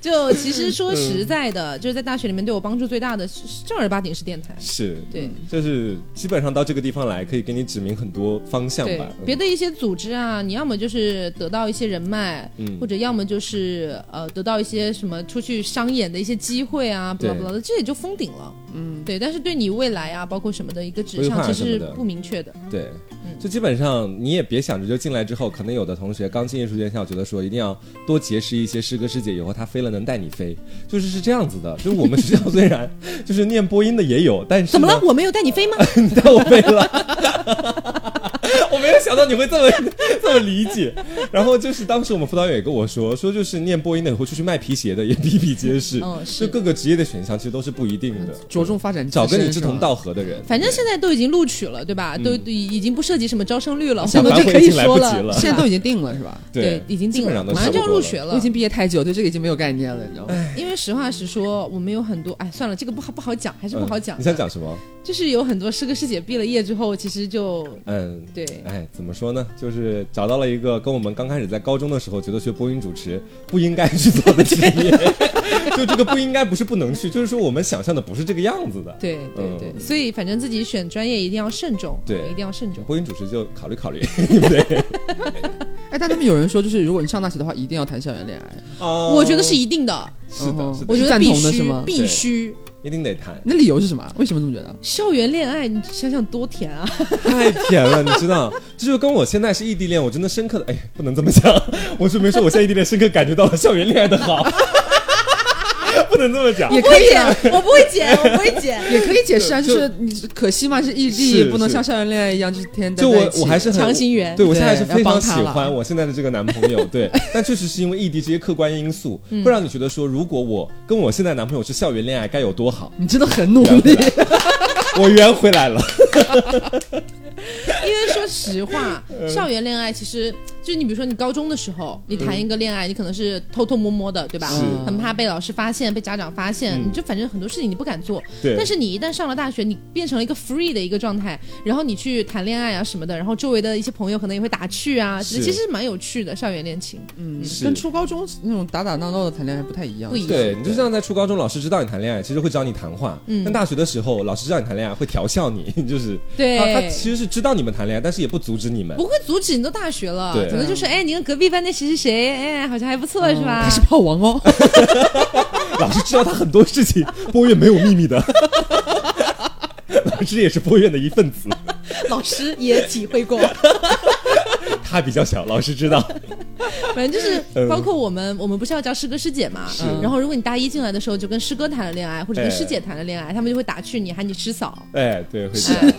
就其实嗯说实在的，就是在大学里面对我帮助最大的，是是正儿八经是电台。是，对就是基本上到这个地方来，可以给你指明很多方向对吧。嗯别的一些组织啊，你要么就是得到一些人脉，嗯或者要么就是呃得到一些什么出去商演的一些机会啊，不对啦不啦的，这也就封顶了。嗯，对。但是对你未来啊，包括什么的一个指规划向，其什么实是的不明确的。嗯对，嗯就基本上你也别想着就进来之后，可能有的同学刚进艺术院校，觉得说一定要多结识一些师哥师姐，以后他飞了能带你飞，就是是这样子的。就是我们学校虽然 *laughs* 就是念播音的也有，但是怎么呢了？？我没有带你飞吗？你带我飞了。 *laughs* 我没有想到你会这么这么理解，然后就是当时我们辅导员也跟我说，说就是念播音的以后出去卖皮鞋的也比比皆是，嗯是就各个职业的选项其实都是不一定的，着重发展自身找跟你志是同吧道合的人，反正现在都已经录取了，对吧？都嗯都已经不涉及什么招生率了，想我们反就悔可已以经来说不及了，了是现在吧都已经定了是 *laughs* 吧？对，已经基定本了，上都马上就要入学了。了。我已经毕业太久，对这个已经没有概念了，你知道哎吗？因为实话实说，我们有很多，哎，算了，这个不好不好讲，还是不好讲。嗯你想？讲什么？就是有很多师哥师姐毕了业之后，其实就嗯， *laughs* 对哎，怎么说呢？就是找到了一个跟我们刚开始在高中的时候觉得学播音主持不应该去做的职业， *laughs* 就这个不应该不是不能去，就是说我们想象的不是这个样子的。对对对，嗯所以反正自己选专业一定要慎重，对一定要慎重。播音主持就考虑考虑，对不对？哎，但他们有人说，就是如果你上大学的话，一定要谈校园恋爱。哦我觉得是一定的，是的，嗯是的，我觉是得赞必同的是须吗必须。一定得谈，那理由是什么？为什么这么觉得？啊校园恋爱，你想想多甜啊！太甜了，你知道？这就跟我现在是异地恋，我真的深刻的，哎，不 *laughs* 能这么讲，我准备说我现在异地恋深刻感觉到了校园恋爱的好，不能这么讲。也不可会以剪啊，，我不会剪， *laughs* 我不会剪。也可以解释啊，就是你可惜嘛，是异地，是不能是像校园恋爱一样，就是天天待就在一我起我还是很强行圆对我现在还是对非常要帮喜他了。欢我现在的这个男朋友，对，但确实是因为异地这些客观因素，会让你觉得说，如果我跟我现在男朋友是校园恋爱，该有多好 *laughs* *laughs* 你真的很努力， *laughs* 我圆回来了，因为说实话，嗯校园恋爱其实就是你，比如说你高中的时候，你谈一个恋爱，你可能是偷偷摸摸的，对吧是？嗯很怕被老师发现、被家长发现，你就反正很多事情你不敢做。对但是你一旦上了大学，你变成了一个 free 的一个状态，然后你去谈恋爱啊什么的，然后周围的一些朋友可能也会打趣啊，是其实蛮有趣的校园恋情。是跟初高中那种打打闹闹的谈恋爱不太一样，不一样对你就像在初高中，老师知道你谈恋爱，其实会找你谈话；嗯但大学的时候，老师知道你谈恋爱，会调笑你， *laughs* 就是对他他其实是知道你们谈恋爱，但是也不阻止你 *laughs* 们不。会阻止你都大学了，对嗯可能就是哎，你跟隔壁班那谁谁谁，哎，好像还不错、是吧 *laughs* 他？是炮王 *laughs* 哦，老师知道他很多事情， *laughs* 波院没有秘密的。 *laughs* 老师也是波院的一份子，老师也体 *laughs* 会过，他比较小，老师知道。反正就是嗯包括我们，我们不是要教师哥师姐嘛？嗯然后如果你大一进来的时候就跟师哥谈了恋爱，或者跟哎师姐谈了恋爱，他们就会打趣你，喊你师 *laughs* 嫂，哎，对，会这样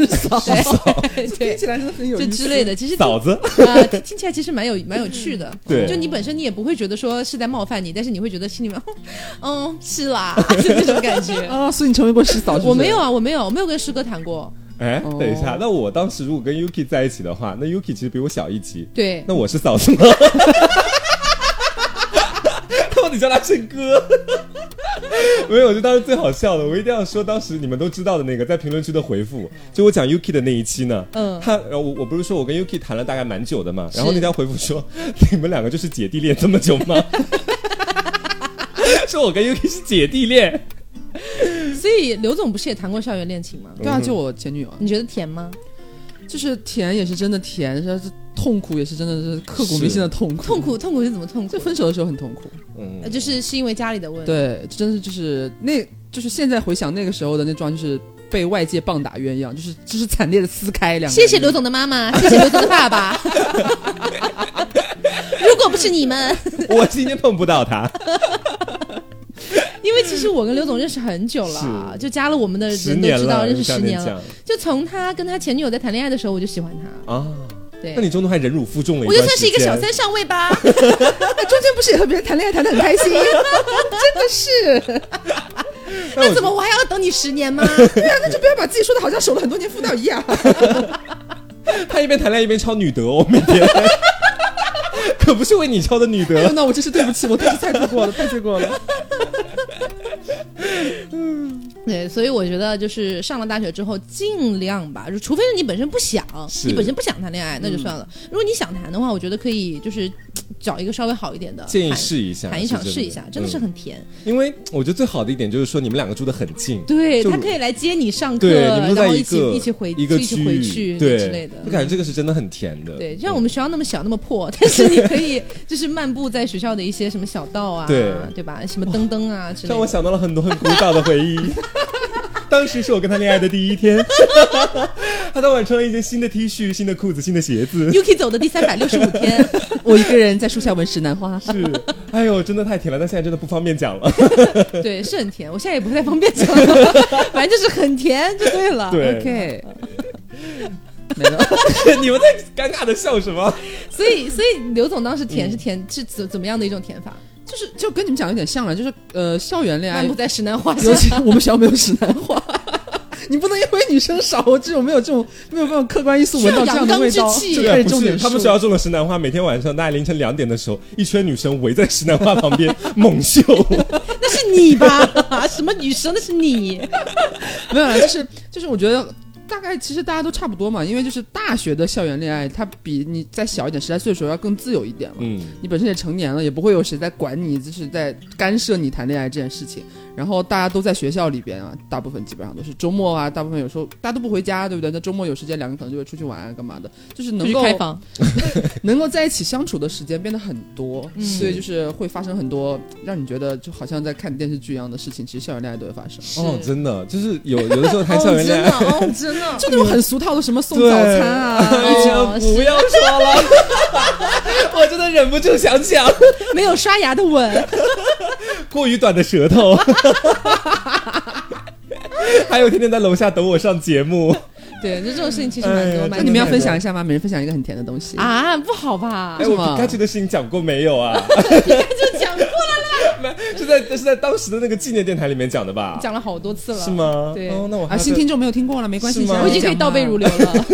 哎对听 *laughs* 对，起来真的很有就意思之类的。其实挺 *laughs* 嫂子， *laughs* 呃，听听起来其实蛮有蛮有趣的。对就你本身你也不会觉得说是在冒犯你，但是你会觉得心里面， *laughs* 嗯，是啦， *laughs* 就这种感觉。 *laughs* 啊，所以你成为过师嫂，是不是我没有，啊，我没有，我没有跟师哥谈过。哎，哦等一下，那我当时如果跟 Yuki 在一起的话，那 Yuki 其实比我小一级，对，那我是嫂子吗？到底叫他圣哥？没有，就当时最好笑的，我一定要说当时你们都知道的那个，在评论区的回复，就我讲 Yuki 的那一期呢，嗯他呃我我不是说我跟 Yuki 谈了大概蛮久的嘛，然后那条回复说你们两个就是姐弟恋这么久吗？ *laughs* 说我跟 Yuki 是姐弟恋，所以刘总不是也谈过校园恋情吗？对啊，就我前女友啊，你觉得甜吗？就是甜也是真的甜，是痛苦也是真的是刻骨铭心的痛苦，痛苦，痛苦是怎么痛苦就？分手的时候很痛苦，嗯呃，就是是因为家里的问题。对，真的就是那，就是现在回想那个时候的那桩，就是被外界棒打鸳鸯，就是就是惨烈的撕开两个人。谢谢刘总的妈妈，谢谢刘总的 *laughs* 爸爸。如果不是你们，我今天碰不到他， *laughs* 因为其实我跟刘总认识很久了啊，就加了我们的十人都年知道了，认识这十样年讲了。就从他跟他前女友在谈恋爱的时候，我就喜欢他。啊。对那，你中途还忍辱负重了一我就段算是时一个小间三上位 *laughs* 吧。哎中间不是也和别人谈恋爱谈的很开心？ *laughs* *laughs* 真的是，但我那怎么我还要等你 *laughs* 十年吗？对啊，那就不要把自己说的好像守了很多年妇道一样。他一边谈恋爱一边抄女德、哦，每天。 *laughs* 可不是为你抄的女哎呦，德， *laughs* 那我真是对不起，我太太错过了，太错过了。对，所以我觉得就是上了大学之后，尽量吧，就除非是你本身不想，是嗯你本身不想谈恋爱，那就算了。如果你想谈的话，我觉得可以就是嘖找一个稍微好一点的，建议谈试一下，谈一场是试一下，真的是、很甜。嗯因为我觉得最好的一点就是说你们两个住得很近，对就他可以来接你上课， *laughs* 对，你们都然在后一起个一起回一个一区起回去域，对之类的。我感觉这个是真的很甜的，对，就像我们学校那么小那么破， *laughs* 但是你可以就是漫步在学校的一些什么小道啊，对吧？什么灯灯啊之类嗯让我的。想到了很多很古早的 *laughs* 回忆。当时是我跟他恋爱的第一天，他当晚穿了一件新的 T 恤、新的裤子、新的鞋 *laughs* 子， Yuki 走的第三百六十五天， *laughs* *laughs* 我一个人在树下闻石南花，是，哎呦，真的太甜了，但现在真的不方便讲 *laughs* 了。对，是很甜。我现在也不太方便讲， *laughs* 反正就是很甜就对了。对 OK，没了。你们在尴尬的笑什么？所以，所以刘总当时甜是甜、是怎怎么样的一种甜法？就是就跟你们讲有点像了，就是呃，校园恋爱漫步在石南花下尤，其我们学校没有指南话，你不能因为女生少，这种没有这种没有办法客观因素闻到这样的味道，是阳刚之气就对开啊，始不重是点他们学是校种了石楠花，每天晚上大概凌晨两点的时候，一圈女生围在石楠花旁 *laughs* 边猛秀。那是你吧？ *laughs* 什么女生？那是你。没有啦，就是就是我觉得。大概其实大家都差不多嘛，因为就是大学的校园恋爱，它比你再小一点，十来岁的时候要更自由一点嘛。嗯，你本身也成年了，也不会有谁在管你，就是在干涉你谈恋爱这件事情。然后大家都在学校里边啊，大部分基本上都是周末啊，大部分有时候大家都不回家，对不对？那周末有时间，两个可能就会出去玩啊，干嘛的，就是能够房，能够在一起相处的时间变得很多，嗯所以就是会发生很多让你觉得就好像在看电视剧一样的事情，其实校园恋爱都会发生。哦，真的，就是有有的时候谈校园恋 *laughs* 爱，哦，真的，嗯就那种很俗套的什么送早餐啊，已哦经哎不要说了， *laughs* 我真的忍不住想讲，没有刷牙的吻，过于短的舌头， *laughs* 还有天天在楼下等我上节目，对，就这种事情其实蛮哎呀多，蛮那 *laughs* 那多你们要的分享一下吗？每人分享一个很甜的东西。啊，不好吧哎，？什我么该去的事情讲过没有 *laughs* 啊？*laughs* 就讲过是在是在当时的那个纪念电台里面讲的吧？讲了好多次了，是？吗？对哦，那我还啊，要新听众没有听过了，没关系，是吗想要我已经可以讲倒背吗如。流 *laughs* 了，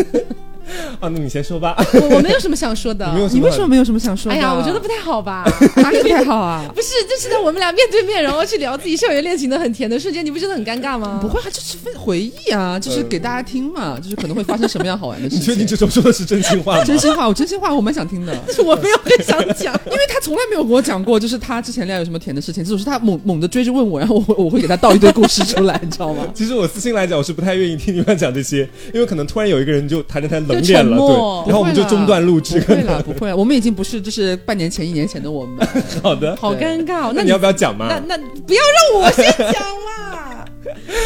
啊，那你先说吧。我我没有啊什么想说的 *laughs* 你。没有你为什么没有什么想说啊哎的？呀，我觉得不太好吧。哪里不太好啊？不是，就是在我们俩面对面，然后去聊自己校园恋情的很甜的瞬间，你不觉得很尴尬吗？不，会啊，就是分回忆啊，就是给大家听嘛，就是可能会发生什么样好玩的 *laughs* 事你情。确定这种说的是真心话吗？ *laughs* 真心话，我真心话，我蛮想听的，是 *laughs* 我没有很想讲。因为他从来没有跟我讲过，就是他之前恋爱有什么甜的事情，这种是他猛猛的追着问我，然后我我会给他倒一堆故事出来，你知道吗？其实我私心来讲，我是不太愿意听你们讲这些，因为可能突然有一个人就谈着谈冷脸了，就沉默对，然后我们就中断录制。不会了，不会啊了，我们已经不是就是半年前、一年前的我们了。好 *laughs* 的，好尴尬哦，那那你要不要讲嘛那？那不要让我先讲嘛，哎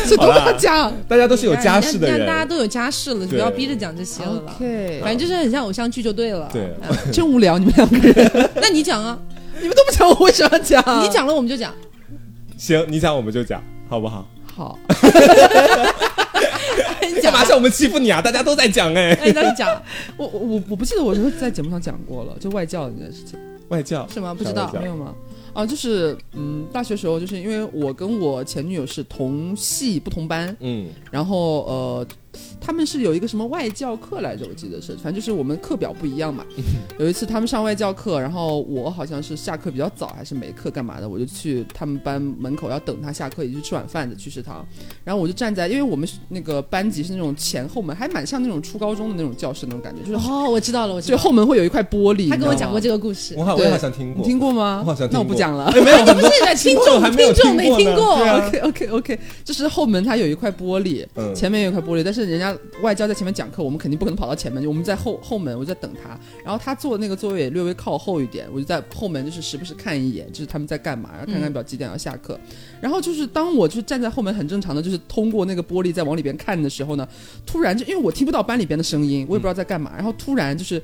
这都要讲。大家都 *laughs* 是有家室让的让大家人，都有家室了，就不对要逼着讲这些了啦。 OK，反正就是很像偶像剧就对了。对嗯真无聊，你们两个人，那你讲 *laughs* 啊，你们都不讲，我为什么要讲？嗯你讲了我们就讲。行，你讲我们就讲，好不好？好，你干讲嘛 *laughs* 吧，像我们欺负你啊？大家都在讲哎、 *laughs* 哎，那你讲我我我我不记得我是在节目上讲过了，就外教的那件事情。 *laughs* 外教什么？不知 *laughs* 道讲没有吗？啊，就是嗯，大学时候就是因为我跟我前女友是同系不同班，嗯，然后呃，他们是有一个什么外教课来着，我记得是，反正就是我们课表不 *laughs* 一样嘛。有一次他们上外教课，然后我好像是下课比较早还是没课干嘛的，我就去他们班门口要等他下课，也就是吃晚饭的去食堂。然后我就站在，因为我们那个班级是那种前后门，还蛮像那种初高中的那种教室那种感觉，就是哦，我知道了，我知就道了。后门会有一块玻璃。他跟我你知道讲吗过这个故事我，好我对好像听过，你听过吗？我好像听那我不过 *laughs* 哎讲了。没有很不多是在听众众还没有听众没听听过过呢对啊 OK OK OK，就是后门它有一块玻璃，嗯前面有一块玻璃，但是人家外教在前面讲课，我们肯定不可能跑到前门，我们在后后门，我就在等他。然后他坐的那个座位也略微靠后一点，我就在后门就是时不时看一眼，就是他们在干嘛，然后看看表几点要下课。然后就是当我就是站在后门很正常的，就是通过那个玻璃在往里边看的时候呢，突然就因为我听不到班里边的声音，我也不知道在干嘛，然后突然就是。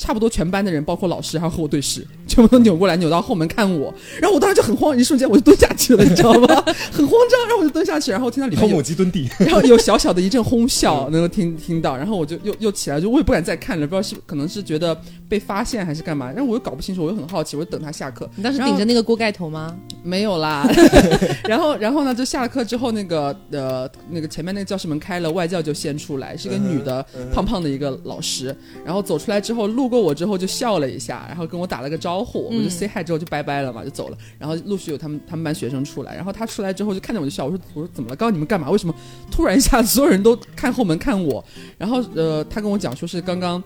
差不多全班的人，包括老师，还有和我对视，全部都扭过来，扭到后门看我。然后我当时就很慌，一瞬间我就蹲下去了，你知道吗？很慌张，然后我就蹲下去，然后听到里面后有母鸡蹲 *laughs* 地，然后有小小的一阵哄笑，能够听听到，然后我就又又起来，就我也不敢再看了，不知道是可能是觉得被发现还是干嘛，但我又搞不清楚，我又很好奇，我就等他下课，你当时然后顶着那个锅盖头吗？没有啦，然后然后呢，就下了课之后，那个呃那个前面那个教室门开了，外教就先出来，是一个女的，胖胖的一个老师，然后走出来之后，路过我之后就笑了一下，然后跟我打了个招呼，我就 say hi 之后就拜拜了嘛，就走了，然后陆续有他们他们班学生出来，然后他出来之后就看见我就笑，我说我说怎么了？刚刚你们干嘛？为什么突然一下子所有人都看后门看我？然后呃，他跟我讲说是刚刚。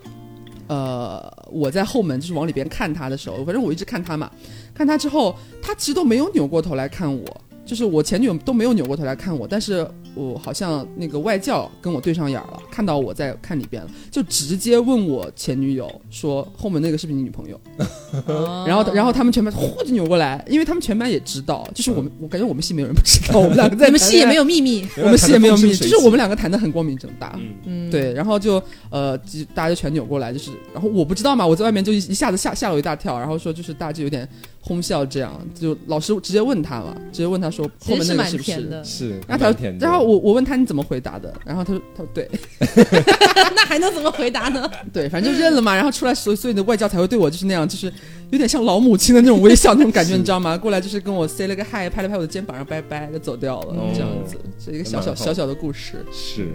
呃，我在后门就是往里边看他的时候，反正我一直看他嘛，看他之后，他其实都没有扭过头来看我，就是我前女友都没有扭过头来看我，但是我好像那个外教跟我对上眼儿了，看到我在看里边了，就直接问我前女友说后门那个是不是你女朋友？啊然后哦然后他们全班呼就扭过来，因为他们全班也知道，就是我们我感觉我们系没有人不知道，我们两个在你们戏也没有。有秘密，我们系也没有秘密，谈得风生水就起是我们两个谈的很光明正大，嗯嗯，对，然后就呃，就大家就全扭过来，就是，然后我不知道嘛，我在外面就一一下子吓吓了我一大跳，然后说就是大家就有点哄笑，这样就老师直接问他嘛，直接问他说后其实面那个蛮是不甜是？ *laughs* 的， *laughs* 是，然后蛮他甜，的然后我我问他你怎么回答的，然后他说他说对 *laughs* 那还能怎么回答呢？对，反正就认了嘛，然后出来所以所以你的外教才会对我就是那样，就是有点像老母亲的那种微笑那种 *laughs* 感觉，你知道吗？过来就是跟我 say 了个 hi，拍了拍我的肩膀，然后拜拜就走掉了，这样哦子，是一个还小蛮好小小小的故事，是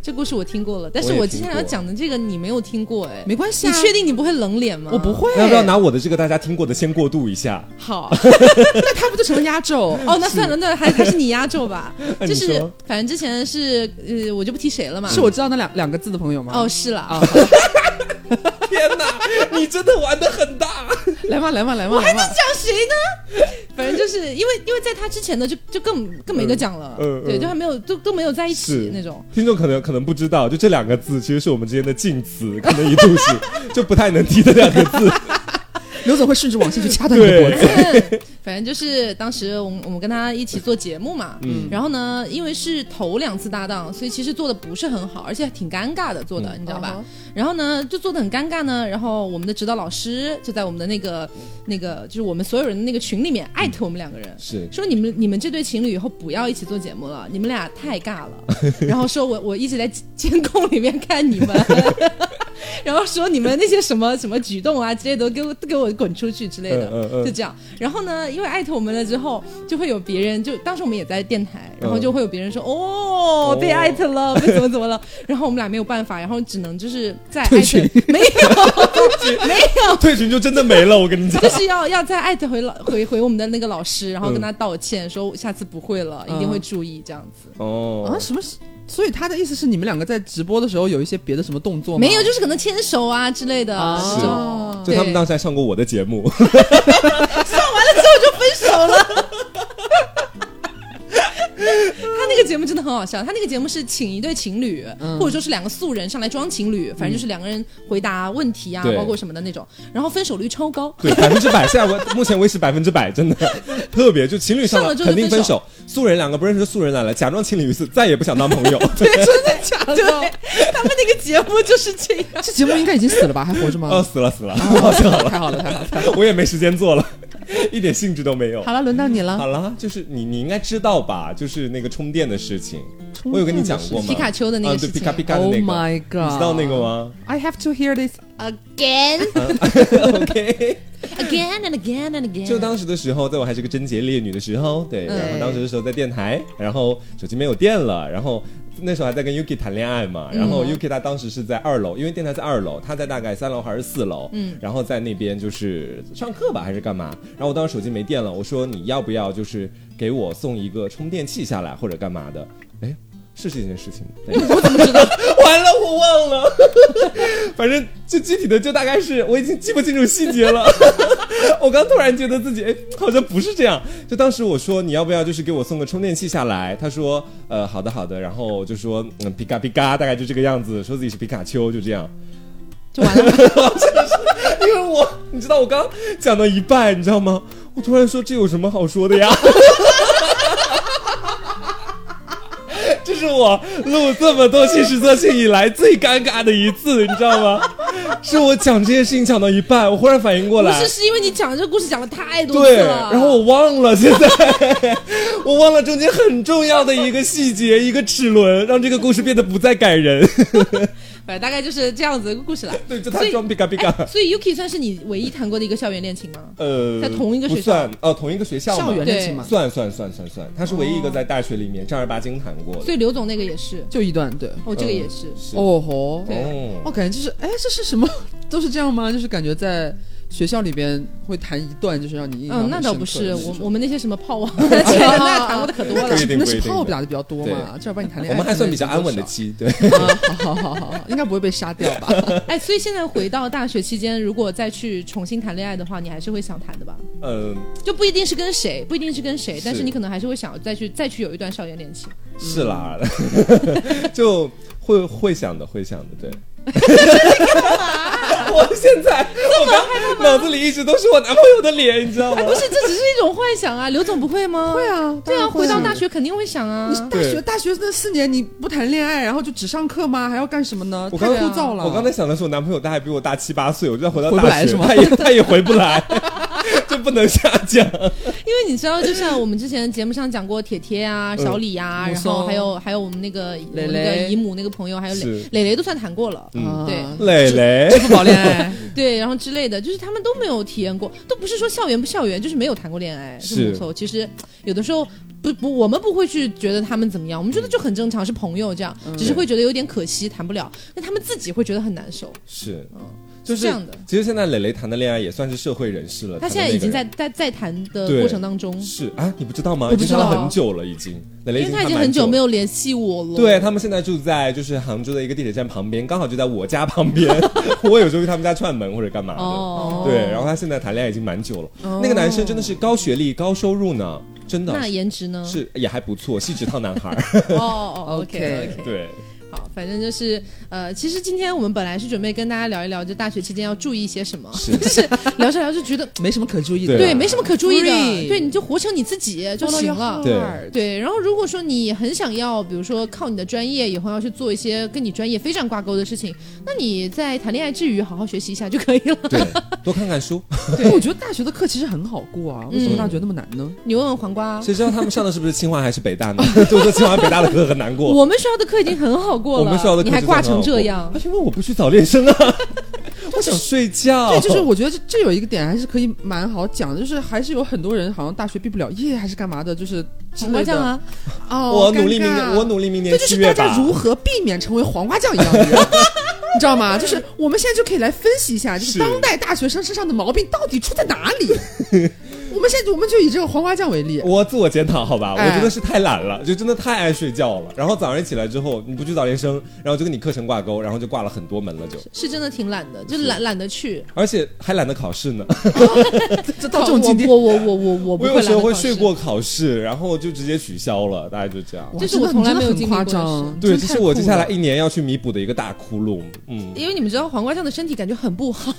这故事我听过了，但是我也我听接下来要过讲的这个你没有听过哎，没关系你啊，确定你不会冷脸吗？我不。会，啊要不要拿我的这个大家听过的先过渡一下？好，那他不就成了压 *laughs* 轴？哦，那算了，那还还是你压轴 *laughs* 吧。那就你是说反正之前是呃，我就不提谁了嘛。是我知道那两两个字的朋友吗？哦，是了，啊， *laughs* 天哪，你真的玩的很大。来嘛来嘛来嘛，我还能 *laughs* 讲谁呢？反正就是因为因为在他之前的就就更更没得讲了，嗯嗯嗯对，就还没有都都没有在一是起那种。听众可能可能不知道，就这两 *laughs* 个字其实是我们之间的禁词，可能一度是就不太能提的两个字。刘总会顺着网线去掐断你的脖子。 *laughs* 反正就是当时我们我们跟他一起做节目嘛，嗯然后呢，因为是头两次搭档，所以其实做的不是很好，而且挺尴尬的做的，嗯你知道吧？然后呢，就做的很尴尬呢。然后我们的指导老师就在我们的那个那个，就是我们所有人的那个群里面艾特我们两个人， *laughs* 是说你们你们这对情侣以后不要一起做节目了，你们俩太 *laughs* 尬了。然后说我我一直在监控里面看 *laughs* 你们，然后说你们那些什么什么举动啊之类的，都给我都给我滚出去之类的，嗯嗯嗯就这样。然后呢，因为艾特我们了之后，就会有别人就当时我们也在电台，然后就会有别人说、哦被艾特了，被怎么怎么了。然后我们俩没有办法，然后只能就是在艾退特群没有没有。退群就真的没了，我跟你讲就。是要要再艾特回老回回我们的那个老师，然后跟他道歉，说下次不会了，一定嗯会注意这样子。哦啊，，什么是？所以他的意思是你们两个在直播的时候有一些别的什么动作吗？没有，就是可能牵手啊之类的，啊这种哦就他们当时还上过我的节目， *laughs* 分手了。他那个节目真的很好笑，他那个节目是请一对情侣，嗯或者说是两个素人上来装情侣，反正就是两个人回答问题啊，对包括什么的那种，然后分手率超高。对，百分之百，现在我目前为止百分之百，真的特别，就情侣上上了了之后肯定就分分手，素人两个不认识的素人来了，假装情侣一次，再也不想当朋 *laughs* 友。假的，对，他们那个节目就是这样。这节目应该已经死了吧？还活着吗？ *laughs* 哦，死了死了，啊太好了，太好 *laughs* 了，太好了！我也没时间做了，一点兴致都没有。好了，轮到你了好。啦，就是你你应该知道吧，就是那个充电的事情，充我有跟你讲过吗？皮卡丘的那个啊对事皮情卡皮卡的 Oh 那个 my 你 god！知道那个吗 *laughs* ？I have to hear this。 again ？OK， again and again and again。就当时的时候，在我还是个贞洁烈女的时候，对，嗯然后当时的时候在电台，然后手机没有电了，然后那时候还在跟 Yuki 谈恋爱嘛，然后 Yuki 她当时是在二楼，因为电台在二楼，她在大概三楼还是四楼，嗯，然后在那边就是上课吧还是干嘛，然后我当时手机没电了，我说你要不要就是给我送一个充电器下来或者干嘛的，哎。是这件事情，对我怎么知道？ *laughs* 完了，我忘了。 *laughs* 反正就具体的就大概是，我已经记不清楚细节了。 *laughs* 我刚突然觉得自己哎，好像不是这样。就当时我说你要不要就是给我送个充电器下来，他说呃好的好的，然后就说嗯皮卡皮卡，大概就这个样子，说自己是皮卡丘，就这样。就 *laughs* 完了。因为我你知道我刚讲到一半，你知道吗？我突然说这有什么好说的呀？ *laughs* 这是我录这么多期实测性以来最尴尬的一次，你知道吗？是我讲这件事情讲到一半，我忽然反应过不来，是，是因为你讲这个故事讲了太多对，次了。然后我忘了，现在我忘了中间很重要的一个细节，一个齿轮，让这个故事变得不再感人。反正大概就是这样子一个故事了。对，就所他以装皮卡皮卡。所以 Yuki 算是你唯一谈过的一个校园恋情吗？呃，在同一个学校不算哦，同一个学校嘛校园恋情嘛，算算算算算，他是唯一一个在大学里面正儿八经谈过的。所以刘总那个也是，就一段，对。哦，这个也是。是哦吼！对哦我感觉就是，哎，这是什么？ *laughs* 都是这样吗？就是感觉在学校里边会谈一段，就是让你印象嗯，很那倒深不刻是，的我这种我们那些什么炮 *laughs* 网之类的，那谈过的可多 *laughs* 那了个不。一定那是不一定炮打的比较多嘛，正儿八经谈我恋爱。们还算比较安稳的期，期，对，啊好好好好，应该不会被杀掉吧？哎，所以现在回到大学期间，如果再去重新谈恋爱的话，你还是会想谈的吧？嗯，就不一定是跟谁，不一定是跟谁，是但是你可能还是会想再去再去有一段校园恋情。是 *laughs* 啦，就会会想的，会想的，对。我现在我刚脑子里一直都是我男朋友的脸，你知道吗？哎不是，这只是一种幻想啊，刘总不会吗？会。啊，对啊，回到大大学肯定会想啊。 *laughs* 大嗯对学大学那四年你不谈恋爱，然后就只上课吗？还要干什么呢？我太刚枯燥啊了。我刚才想的是，我男朋友他还比我大七八岁，我就要回到大学，回不来是吗他也他也回不来， *laughs* 就不能下降。因为你知道，就像我们之前节目上讲过铁铁啊、小李啊，木然松后还有还有我们那个我蕾们蕾那个姨母那个朋友，还有是磊磊磊都算谈过了，嗯啊对磊磊，支付宝恋爱， *laughs* 对，然后之类的，就是他们都没有体验过，都不是说校园不校园，就是没有谈过恋爱，是这木头。其实有的时候不不，我们不会去觉得他们怎么样，我们觉得就很正常，是朋友这样，嗯只是会觉得有点可惜，谈不了。那他们自己会觉得很难受。是，就是哦这样的。其实现在磊磊谈的恋爱也算是社会人士了，他谈的现在那已个经在人在在谈的对过程当中，是啊，你不知道吗？我不知道已经谈了很久了，已经。磊磊因为他已谈经蛮很久没了。有联系我了。对他们现在住在就是杭州的一个地铁站旁边，刚好就在我家旁边。我有时候去他们家串门或者干嘛的。哦，对，然后他现在谈恋爱已经蛮久了。那个男生真的是高学历、高收入呢，真的那颜值呢？是也还不错，细直烫男孩儿。哦哦 *laughs* OK，OK OK。对，好，反正就是呃，其实今天我们本来是准备跟大家聊一聊，就大学期间要注意些什 *laughs* 么，是但是聊着聊着觉得没什么可注意的，对对没什么可注意的， Free 对，你就活成你自己就行了。对对，然后如果说你很想要，比如说靠你的专业以后要去做一些跟你专业非常挂钩的事情，那你在谈恋爱之余好好学习一下就可以了。对，多看看书。对，哎我觉得大学的课其实很好过啊，为什么嗯大学那么难呢？ *laughs* 你问问黄瓜，谁知道他们上的是不是清华还是北大呢？就说清华北大的课很难过。我们学校的课已经很好过了，我们学校的课你还是挂真的成很好这过样而，且因为我不去早恋生啊， *laughs* 我想睡觉。对，就是我觉得这这有一个点还是可以蛮好讲的，就是还是有很多人好像大学毕不了业还是干嘛的，就是之黄瓜类酱的。啊，哦，我努力明尴尬年，我努力明这年就七是大月吧家。如何避免成为黄瓜酱一样的人， *laughs* 你知道吗？就是我们现在就可以来分析一下，就是是当代大学生身上的毛病到底出在哪 *laughs* 里。我们现在我们就以这个黄瓜酱为例，我自我检讨，好吧，我哎真的是太懒了，就真的太爱睡觉了。然后早上起来之后，你不去早恋生，然后就跟你课程挂钩，然后就挂了很多门了，就，是真的挺懒的，就懒懒得去。而且还懒得考试呢。这到这种境地，我我我我 *laughs* 我不会我有懒时得候会考试睡。过考试，然后就直接取消了，大概就这样。哇这是真的我从来没有真的经历过很夸的张。对，真这的是太我酷接下来了一年要去弥补的一个大窟窿。嗯，因为你们知道黄瓜酱的身体感觉很不 *laughs* 好，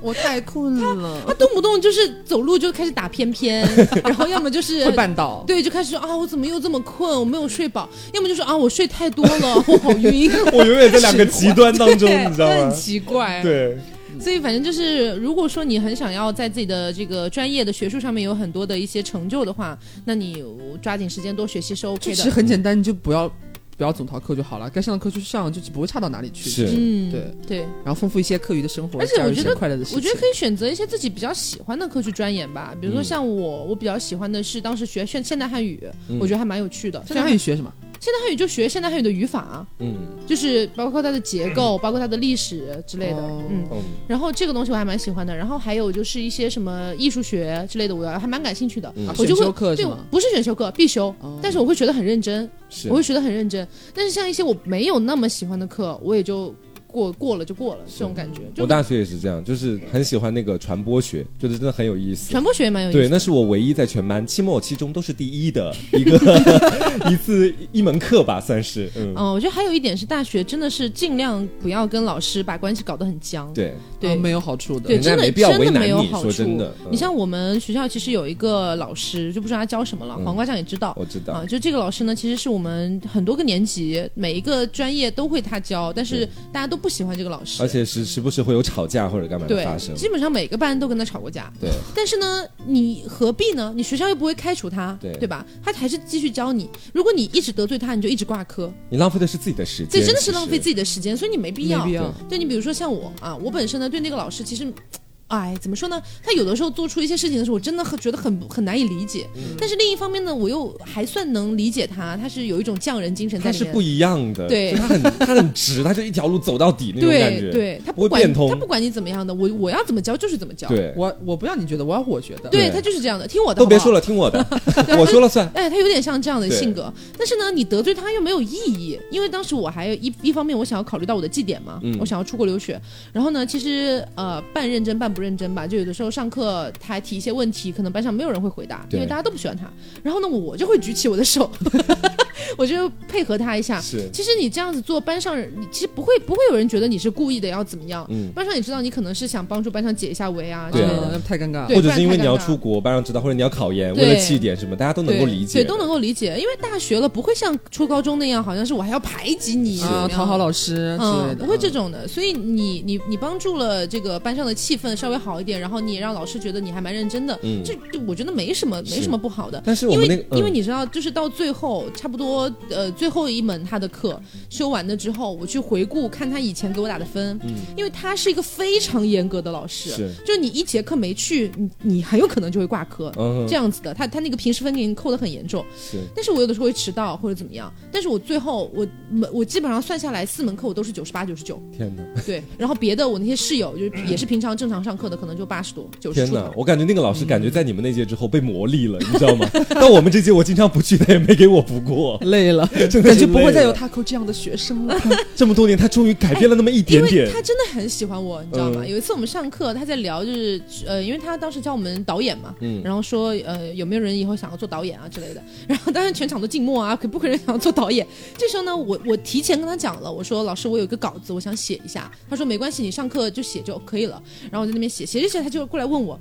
我太困了他，动不动就是走路就开始打偏 *laughs* 偏，然后要么就是会绊倒。对，就开始说啊我怎么又这么困，我没有睡饱，要么就是啊我睡太多了，我好晕， *laughs* 我永远在两个极端当中，你知道很吗？奇怪。对，所以反正就是，如果说你很想要在自己的这个专业的学术上面有很多的一些成就的话，那你抓紧时间多学习是就 OK 其实的。很简单，你就不要不要总逃课就好了，该上的课去上，就不会差到哪里去。是嗯，对对，然后丰富一些课余的生活，而且我加入一觉些得快乐的事情。我觉得可以选择一些自己比较喜欢的课去钻研吧，嗯比如说像我，我比较喜欢的是当时学现现代汉语，嗯我觉得还蛮有趣的。现在汉语学什么？现代汉语就学现代汉语的语法，嗯就是包括它的结构，包括它的历史之类的，哦嗯。嗯，然后这个东西我还蛮喜欢的，然后还有就是一些什么艺术学之类的，我还蛮感兴趣的。嗯我就选会修课对是吗，不是选修课必修，哦但是我会学得很认真，是我会学得很认真。但是像一些我没有那么喜欢的课，我也就过过了就过了，这种感觉。就我大学也是这样，就是很喜欢那个传播学，觉得真的很有意思。传播学也蛮有意思对，的。那是我唯一在全班期末、期中都是第一的 *laughs* 一个一次一门课吧，算是嗯，嗯，我觉得还有一点是，大学真的是尽量不要跟老师把关系搞得很僵。对，对啊没有好处的。对，人家真的没必要为真的难没有你好处。说真的嗯你像我们学校其实有一个老师，就不知道他教什么嗯了，黄瓜酱也知道。我知道啊，，就这个老师呢，其实是我们很多个年级每一个专业都会他教，但是对大家都不喜欢这个老师，而且时时不时会有吵架或者干嘛的对发生，，基本上每个班都跟他吵过架。对，但是呢，你何必呢？你学校又不会开除他，对吧？他还是继续教你。如果你一直得罪他，你就一直挂科，你浪费的是自己的时间，这真的是浪费己。自己的时间，所以你没必没要。必要。对你比如说像我啊，我本身呢对那个老师其实。哎，怎么说呢？他有的时候做出一些事情的时候，我真的很觉得很很难以理解。嗯但是另一方面呢，我又还算能理解他，他是有一种匠人精神在他里是面。不一样的，对就 *laughs* 他很他很直，他就一条路走到底那种感对觉，对，他不会管变通他不管你怎么样的，我我要怎么教就是怎么教。对，我我不要你觉得，我要我觉得。对对他就是这样的，听我的。都别好不说好了，听 *laughs* 我的，我说了算。哎，他有点像这样的对性格，但是呢，你得罪他又没有意义，因为当时我还有一一方面，我想要考虑到我的绩点嘛，嗯我想要出国留学，然后呢，其实呃半认真半不认真吧，就有的时候上课他还提一些问题，可能班上没有人会回答，因为对大家都不喜欢他，然后呢，我就会举起我的手， *laughs* 我就配合他一下。是，其实你这样子做，班上人你其实不会不会有人觉得你是故意的要怎么样，嗯，班上也知道你可能是想帮助班上解一下围啊之对类啊的。嗯，那太尴尬。对或者是因为不然太尴尬你要出国，班上知道，或者你要考研，对为了绩点什么，大家都能够理解，对，都能够理解，因为大学了不会像初高中那样，好像是我还要排挤你怎么啊，样讨好老师之类嗯，的。不会这嗯种的，所以你你你帮助了这个班上的气氛稍微好一点，然后你也让老师觉得你还蛮认真的，嗯这这我觉得没什么没是什么不好的。但是我因们为、那个，因为嗯你知道，就是到最后差不多呃最后一门他的课修完了之后，我去回顾看他以前给我打的分，嗯因为他是一个非常严格的老师，是，就你一节课没去，你你很有可能就会挂科，嗯，这样子的，他他那个平时分给你扣的很严重。是，但是我有的时候会迟到或者怎么样，但是我最后我门我基本上算下来四门课我都是九十八九十九，天哪，对，然后别的我那些室友就是也是平常正常上课的，可能就八十多九十天出哪头，。我感觉那个老 *laughs* 师感觉在你们那届之后被磨砺了，你知道吗？到我们这届，我经常不去，他也没给我补过，嗯累了，真的感是觉不累会再有了 Taco 这样的学 *laughs* 生了。这么多年，他终于改变了那么一因点为点。他真的很喜欢我，你知道吗？嗯有一次我们上课，他在聊，就是呃，因为他当时教我们导演嘛，嗯然后说呃有没有人以后想要做导演啊之类的， *laughs* 然后当然全场都静默啊，可不可能想要做导演？这时候呢，我我提前跟他讲了，我说老师，我有一个稿子，我想写一下。他说没关系，你上课就写就可以了。然后我在那边写，写着写着他就过来问我。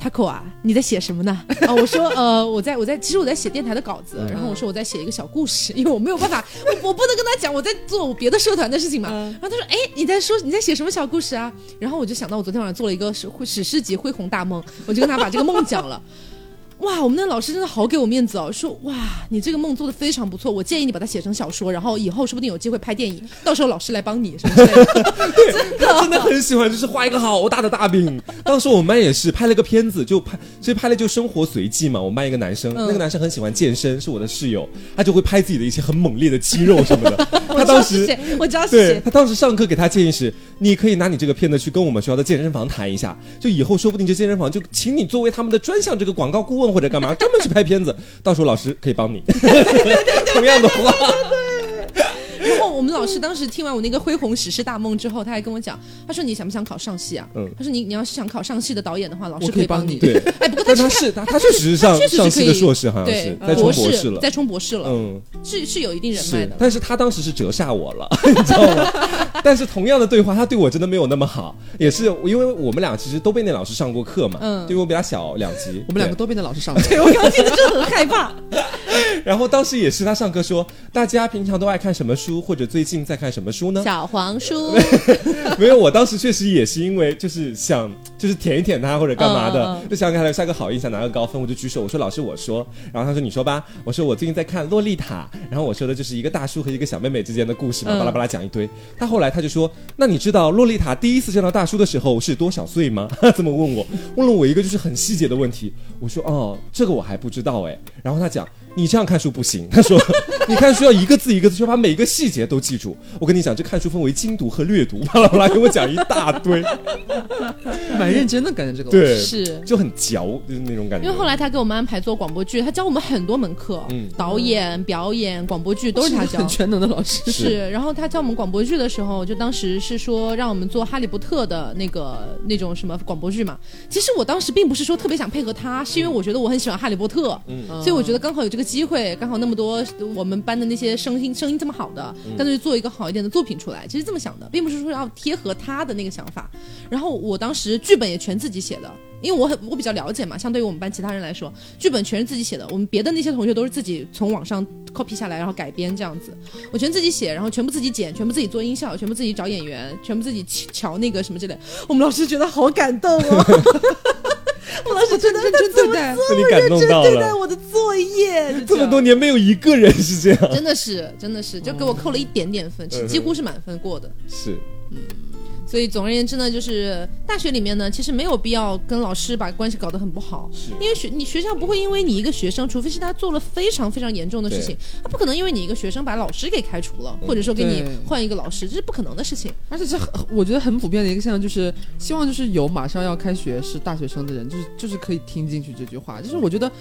Taco 啊，你在写什么呢？啊，我说，呃，我在我在，其实我在写电台的稿子，然后我说我在写一个小故事， *laughs* 因为我没有办法，我我不能跟他讲我在做我别的社团的事情嘛。然后他说，哎，你在说你在写什么小故事啊？然后我就想到我昨天晚上做了一个史史诗级恢宏大梦，我就跟他把这个梦讲了。 *laughs* 哇，我们那老师真的好给我面子哦，说哇，你这个梦做的非常不错，我建议你把它写成小说，然后以后说不定有机会拍电影，到时候老师来帮你什么之类的。他真的很喜欢，就是画一个好大的大饼。当时我们班也是拍了个片子，就拍，所以拍了就生活随记嘛。我们班一个男生，那个男生很喜欢健身，是我的室友，他就会拍自己的一些很猛烈的肌肉什么的。我他知道当是时谁，我知道 *laughs* 是对谁。他当时上课给他建议是，你可以拿你这个片子去跟我们学校的健身房谈一下，就以后说不定这健身房就请你作为他们的专项这个广告顾问或者干嘛，专门去拍片子，到时候老师可以帮 *laughs* 你。同样的话，然后我们老师当时听完我那个恢宏史诗大梦之后，他还跟我讲，他说你想不想考上戏啊？嗯他说你你要是想考上戏的导演的话，老师我可以帮帮你对，对，哎，不过他但他是是 *laughs* 他他确实是上确实上可戏以的硕士，好像是对在冲博博士了在。冲博士了，嗯，是是有一定人脉是的，。但是他当时是折煞我了， *laughs* 你知道吗？但是同样的对话，他对我真的没有那么好，也是因为我们俩其实都被那老师上过课嘛，嗯因为我比他小两级，我们两对个都变得老师上课，对我刚听的就很害怕。然后当时也是他上课说，大家平常都爱看什么书，或者最近在看什么书呢？小黄书，没有，我当时确实也是因为就是想就是舔一舔他或者干嘛的，嗯嗯就想给他留下个好印象，拿个高分，我就举手我说老师我说，然后他说你说吧，我说我最近在看《洛丽塔》，然后我说的就是一个大叔和一个小妹妹之间的故事嘛，嗯巴拉巴拉讲一堆。他后来他就说，那你知道洛丽塔第一次见到大叔的时候是多少岁吗？这么问我，问了我一个就是很细节的问题，我说哦这个我还不知道哎，然后他讲。你这样看书不行，他说， *laughs* 你看书要一个字一个字，就把每一个细节都记住。我跟你讲，这看书分为精读和略读，巴拉巴拉给我讲一大 *laughs* 堆，哦蛮认真的感觉这个。，对，是就很嚼，就是那种感觉。因为后来他给我们安排做广播剧，他教我们很多门课，嗯导演、表演、广播剧都是他教很。全能的老师。是是，然后他教我们广播剧的时候，就当时是说让我们做《哈利波特》的那个那种什么广播剧嘛。其实我当时并不是说特别想配合他，是因为我觉得我很喜欢《哈利波特》，嗯所以我觉得刚好有这个机会，刚好那么多我们班的那些声音声音这么好的，干脆做一个好一点的作品出来。其实这么想的，并不是说要贴合他的那个想法。然后我当时剧本也全自己写的，因为我很我比较了解嘛，相对于我们班其他人来说，剧本全是自己写的。我们别的那些同学都是自己从网上 copy 下来，然后改编这样子。我全自己写，然后全部自己剪，全部自己做音效，全部自己找演员，全部自己瞧瞧那个什么之类的。我们老师觉得好感动哦，我老师觉得认他真怎对么待，被你感动真 *laughs* 到对待了，我的作业，就这么样多年没有一个人是这 *laughs* 样，真的是，真的是，就给我扣了一点点分，是几乎是满分过的。是所以总而言之呢，就是大学里面呢，其实没有必要跟老师把关系搞得很不好，是因为学你学校不会因为你一个学生，除非是他做了非常非常严重的事情，他不可能因为你一个学生把老师给开除了，或者说给你对换一个老师，这是不可能的事情。而且这很，我觉得很普遍的一个现象就是，希望就是有马上要开学是大学生的人，就是就是可以听进去这句话，就是我觉得。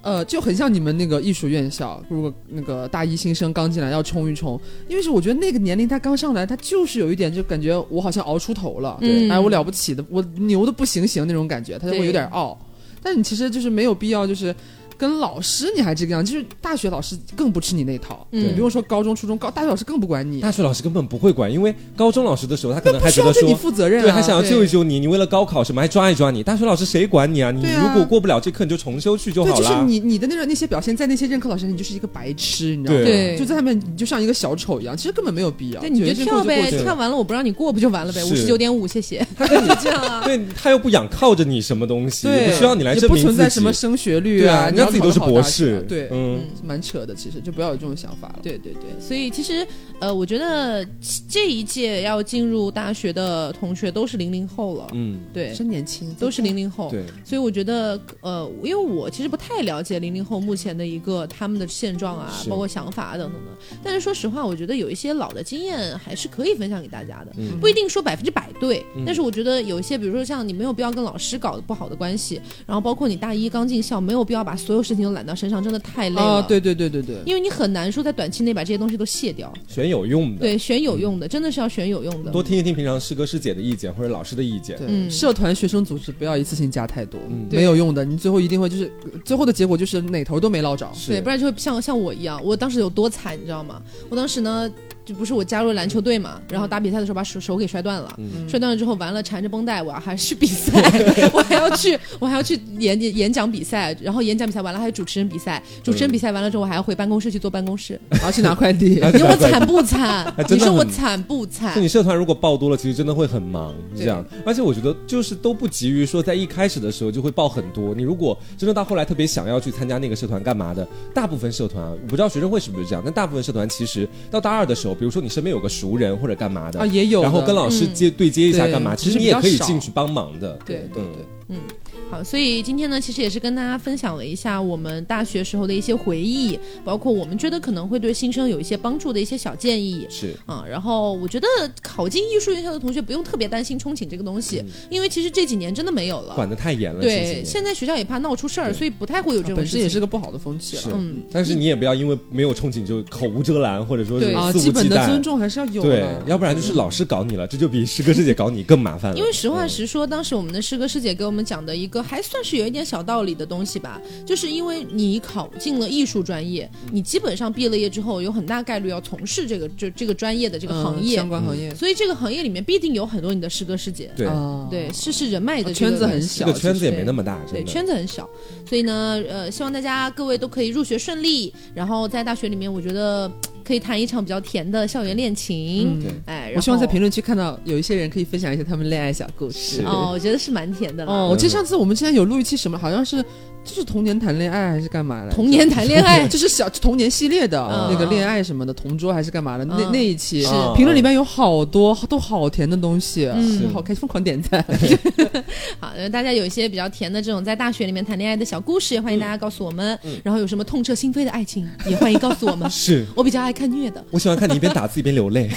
呃，就很像你们那个艺术院校，如果那个大一新生刚进来要冲一冲，因为是我觉得那个年龄他刚上来，他就是有一点就感觉我好像熬出头了，嗯哎，我了不起的，我牛的不行行那种感觉，他就会有点傲。但你其实就是没有必要，就是跟老师你还这个样，就是大学老师更不吃你那套，嗯你不用说高中、初中、高大学老师更不管你，大学老师根本不会管，因为高中老师的时候，他可能还不需觉得要 *laughs* 对你说。负责任、啊，对，还想要对救一救你，你为了高考什么还抓一抓你，大学老师谁管你啊？你对如啊果过不了这科，你就重修去就对，好就是啦。你你的那种那些表现，在那些任课老师眼里，你就是一个白痴，你知道吗？对就在他们你就像一个小丑一样，其实根本没有必要。对，你就觉得跳呗去，了跳完了我不让你过不就完了呗？五是十九点五，谢谢。就这样啊。对他又不仰靠着你什么东西，对，也不需要你来也证不明自己。存在什么升学率对啊，人你家要自己都是博士考得好大学啊，对，嗯嗯，蛮扯的。其实就不要有这种想法了。 *laughs* 对对对，所以其实呃，我觉得这一届要进入大学的同学都是零零后了，嗯，对，真年轻，都是零零后。对，所以我觉得，呃，因为我其实不太了解零零后目前的一个他们的现状啊，是包括想法啊等等的。但是说实话，我觉得有一些老的经验还是可以分享给大家的，嗯不一定说百分之百对。但是我觉得有一些，比如说像你没有必要跟老师搞不好的关系，然后包括你大一刚进校，没有必要把所有有事情都揽到身上，真的太累了。哦啊，对对对对对，因为你很难说在短期内把这些东西都卸掉。选有用的，对，选有用的，真的是要选有用的。多听一听平常师哥师姐的意见或者老师的意见。对，嗯社团、学生组织不要一次性加太多，嗯对没有用的，你最后一定会就是最后的结果就是哪头都没捞着。是对，不然就会像像我一样，我当时有多惨，你知道吗？我当时呢，就不是我加入了篮球队嘛，然后打比赛的时候把手手给摔断了。嗯摔断了之后，完了缠着绷带，我要还去比赛， *laughs* 我还要去，我还要去演 *laughs* 演讲比赛，然后演讲比赛完了还有主持人比赛，嗯主持人比赛完了之后，我还要回办公室去做办公室。然后去拿 *laughs* 快递，你说我惨不惨还？真你的说我很惨不惨就？你社团如果报多了，其实真的会很忙，对这样。而且我觉得就是都不急于说在一开始的时候就会报很多。你如果真的到后来特别想要去参加那个社团干嘛的，大部分社团啊我不知道学生会是不是这样，但大部分社团其实到大二的时候，比如说你身边有个熟人或者干嘛的啊，也有的，嗯然后跟老师接、对接一下对干嘛，就其实是你比也较可以少进去帮忙的。对对嗯对，好，所以今天呢，其实也是跟大家分享了一下我们大学时候的一些回忆，包括我们觉得可能会对新生有一些帮助的一些小建议。是。啊，然后我觉得考进艺术院校的同学不用特别担心憧憬这个东西，因为其实这几年真的没有了。管得太嗯严了，前几对，年现在学校也怕闹出事儿，对所以不太会有这种啊本事身情。也是个不好的风气是了。嗯，但是你也不要因为没有憧憬就口无遮拦，或者说是对啊，肆基无本忌的尊惮。重还是要有对的，。嗯要不然就是老师搞你了，这就比师哥师姐搞你更麻烦嗯了。因嗯为实话实说，当时我们的师哥师姐给我们讲的一个还算是有一点小道理的东西吧，就是因为你考进了艺术专业，你基本上毕了业之后有很大概率要从事这个这这个专业的这个行嗯业相，关行业，所以这个行业里面必定有很多你的师哥师姐。对，啊嗯对，是是人脉的这个圈子很这小，个圈子也没那么么大，对，真的。圈子很小，所以呢，呃，希望大家各位都可以入学顺利，然后在大学里面，我觉得可以谈一场比较甜的校园恋情。对哎，然后嗯我希望在评论区看到有一些人可以分享一些他们恋爱小故事是。哦，我觉得是蛮甜的啦。哦，我记得上次我们之前有录一期什么，好像是就是童年谈恋爱还是干嘛来着？童年谈恋爱， *laughs* 就是小童年系列的嗯那个恋爱什么的，同桌还是干嘛的？那嗯那一期是嗯评论里面有好多都好甜的东西，嗯是。好开心，疯狂点赞。好，呃大家有一些比较甜的这种在大学里面谈恋爱的小故事，也欢迎大家告诉我们。嗯然后有什么痛彻心扉的爱情，也欢迎告诉我们 *laughs* 是我比较爱看虐的。我喜欢看你一边打字一边流泪。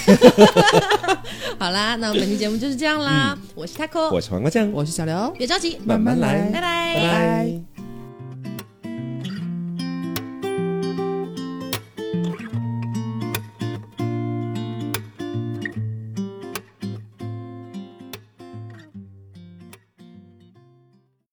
好啦，那本期节目嗯就是这样啦，我是 Taco，我是黄瓜酱，我是小刘，别着急，慢慢来，拜拜拜拜。